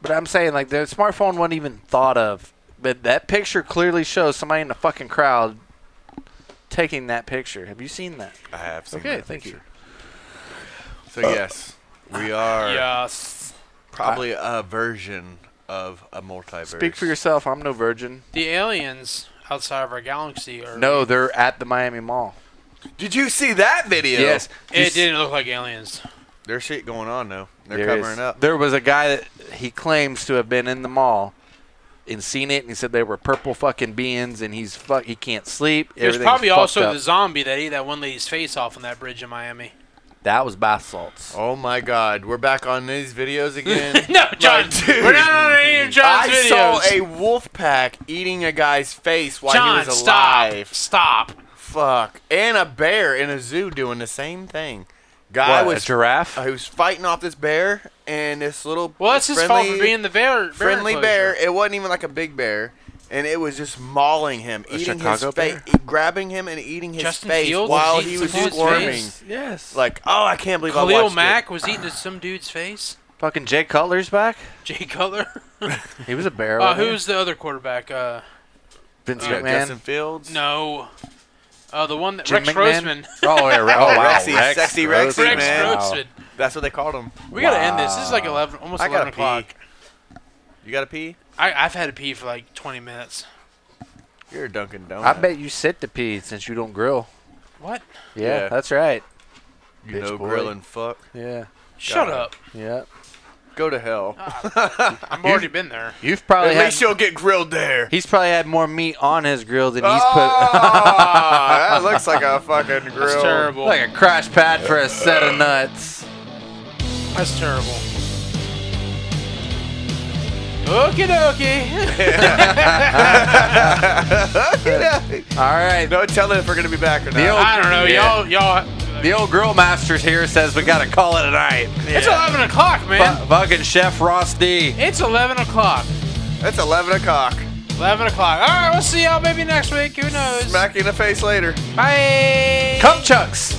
A: But I'm saying like the smartphone wasn't even thought of. But that picture clearly shows somebody in the fucking crowd taking that picture. Have you seen that?
C: I have seen
A: Okay,
C: that
A: thank you.
C: picture. So yes, we are
B: Yes.
C: probably a version of a multiverse.
A: Speak for yourself. I'm no virgin.
B: The aliens outside of our galaxy are.
A: No, they're at the Miami Mall.
C: Did you see that video?
A: Yes, You
B: It
A: s-
B: didn't look like aliens.
C: There's shit going on though. They're
A: there
C: covering
A: is.
C: up.
A: There was a guy that he claims to have been in the mall and seen it, and he said they were purple fucking beings, and he's fuck. He can't sleep.
B: It was
A: everything's
B: probably
A: fucked
B: also
A: up.
B: the zombie that ate that one lady's face off on that bridge in Miami.
A: that was bath salts.
C: Oh my God, we're back on these videos again.
B: No, John.
C: dude.
B: we're not on any of John's
C: I
B: videos.
C: saw a wolf pack eating a guy's face while
B: John,
C: he was
B: stop.
C: alive.
B: Stop.
C: Fuck. And a bear in a zoo doing the same thing. Guy
A: What, a
C: was
A: giraffe?
C: He was fighting off this bear and this little
B: Well, that's his fault
C: friendly-
B: for being the bear. bear
C: friendly bear.
B: enclosure.
C: It wasn't even like a big bear. and it was just mauling him,
A: A
C: eating
A: Chicago
C: his face, e,
A: bear?
C: grabbing him and eating his
B: Justin
C: face
B: Fields was
C: while
B: eating
C: he was
B: someone's
C: squirming.
B: face?
A: Yes. Like
C: Like, oh, I can't believe I
B: Khalil
C: watched
B: Mack
C: it.
B: was eating at some dude's face.
A: fucking Jay Cutler's back.
B: Jay Cutler.
A: He was a bear.
B: Uh,
A: wasn't he?
B: who's the other quarterback? Uh,
A: Vince
B: uh,
C: Yeah, Justin
A: McMahon?
C: Fields.
B: no. Uh, the one that
A: Jim
B: Rex
A: McMahon?
B: Grossman.
A: Oh, yeah, Re- oh wow,
C: Rexy,
A: Rex
C: sexy
A: Grossman.
C: Rexy,
B: Rex
C: man.
A: Wow.
B: Grossman.
C: That's what they called him.
B: We gotta end this. This is like
A: Wow.
B: eleven, almost
C: I gotta
B: eleven o'clock.
C: pee. You got to pee?
B: I, I've had to pee for like twenty minutes.
C: You're a Dunkin' Donut.
A: I bet you sit to pee since you don't grill.
B: What?
A: Yeah,
C: Yeah.
A: that's right.
C: you
A: bitch
C: know
A: boy.
C: grilling fuck.
A: Yeah,
B: Shut
C: God.
B: up!
A: yeah.
C: Go to hell.
B: Oh, I've already been there.
A: You've probably
C: At
A: had,
C: least you'll get grilled there.
A: he's probably had more meat on his grill than he's
C: Ah, that looks like a fucking grill.
B: That's
A: put
B: terrible.
A: like a crash pad for a set of nuts.
B: That's terrible. Okie dokie.
A: All right,
C: No telling if we're gonna be back or not.
A: Neil-
B: I don't know,
A: Yeah.
B: y'all. Y'all.
A: the old grill masters here says we gotta call it a night.
B: It's eleven o'clock, man.
A: Fu- fucking Chef Ross D.
B: It's eleven o'clock.
C: It's 11 o'clock.
B: Eleven o'clock. All right, we'll see y'all maybe next week. Who knows?
C: Smack you in the face later.
B: Bye.
A: Come Chucks.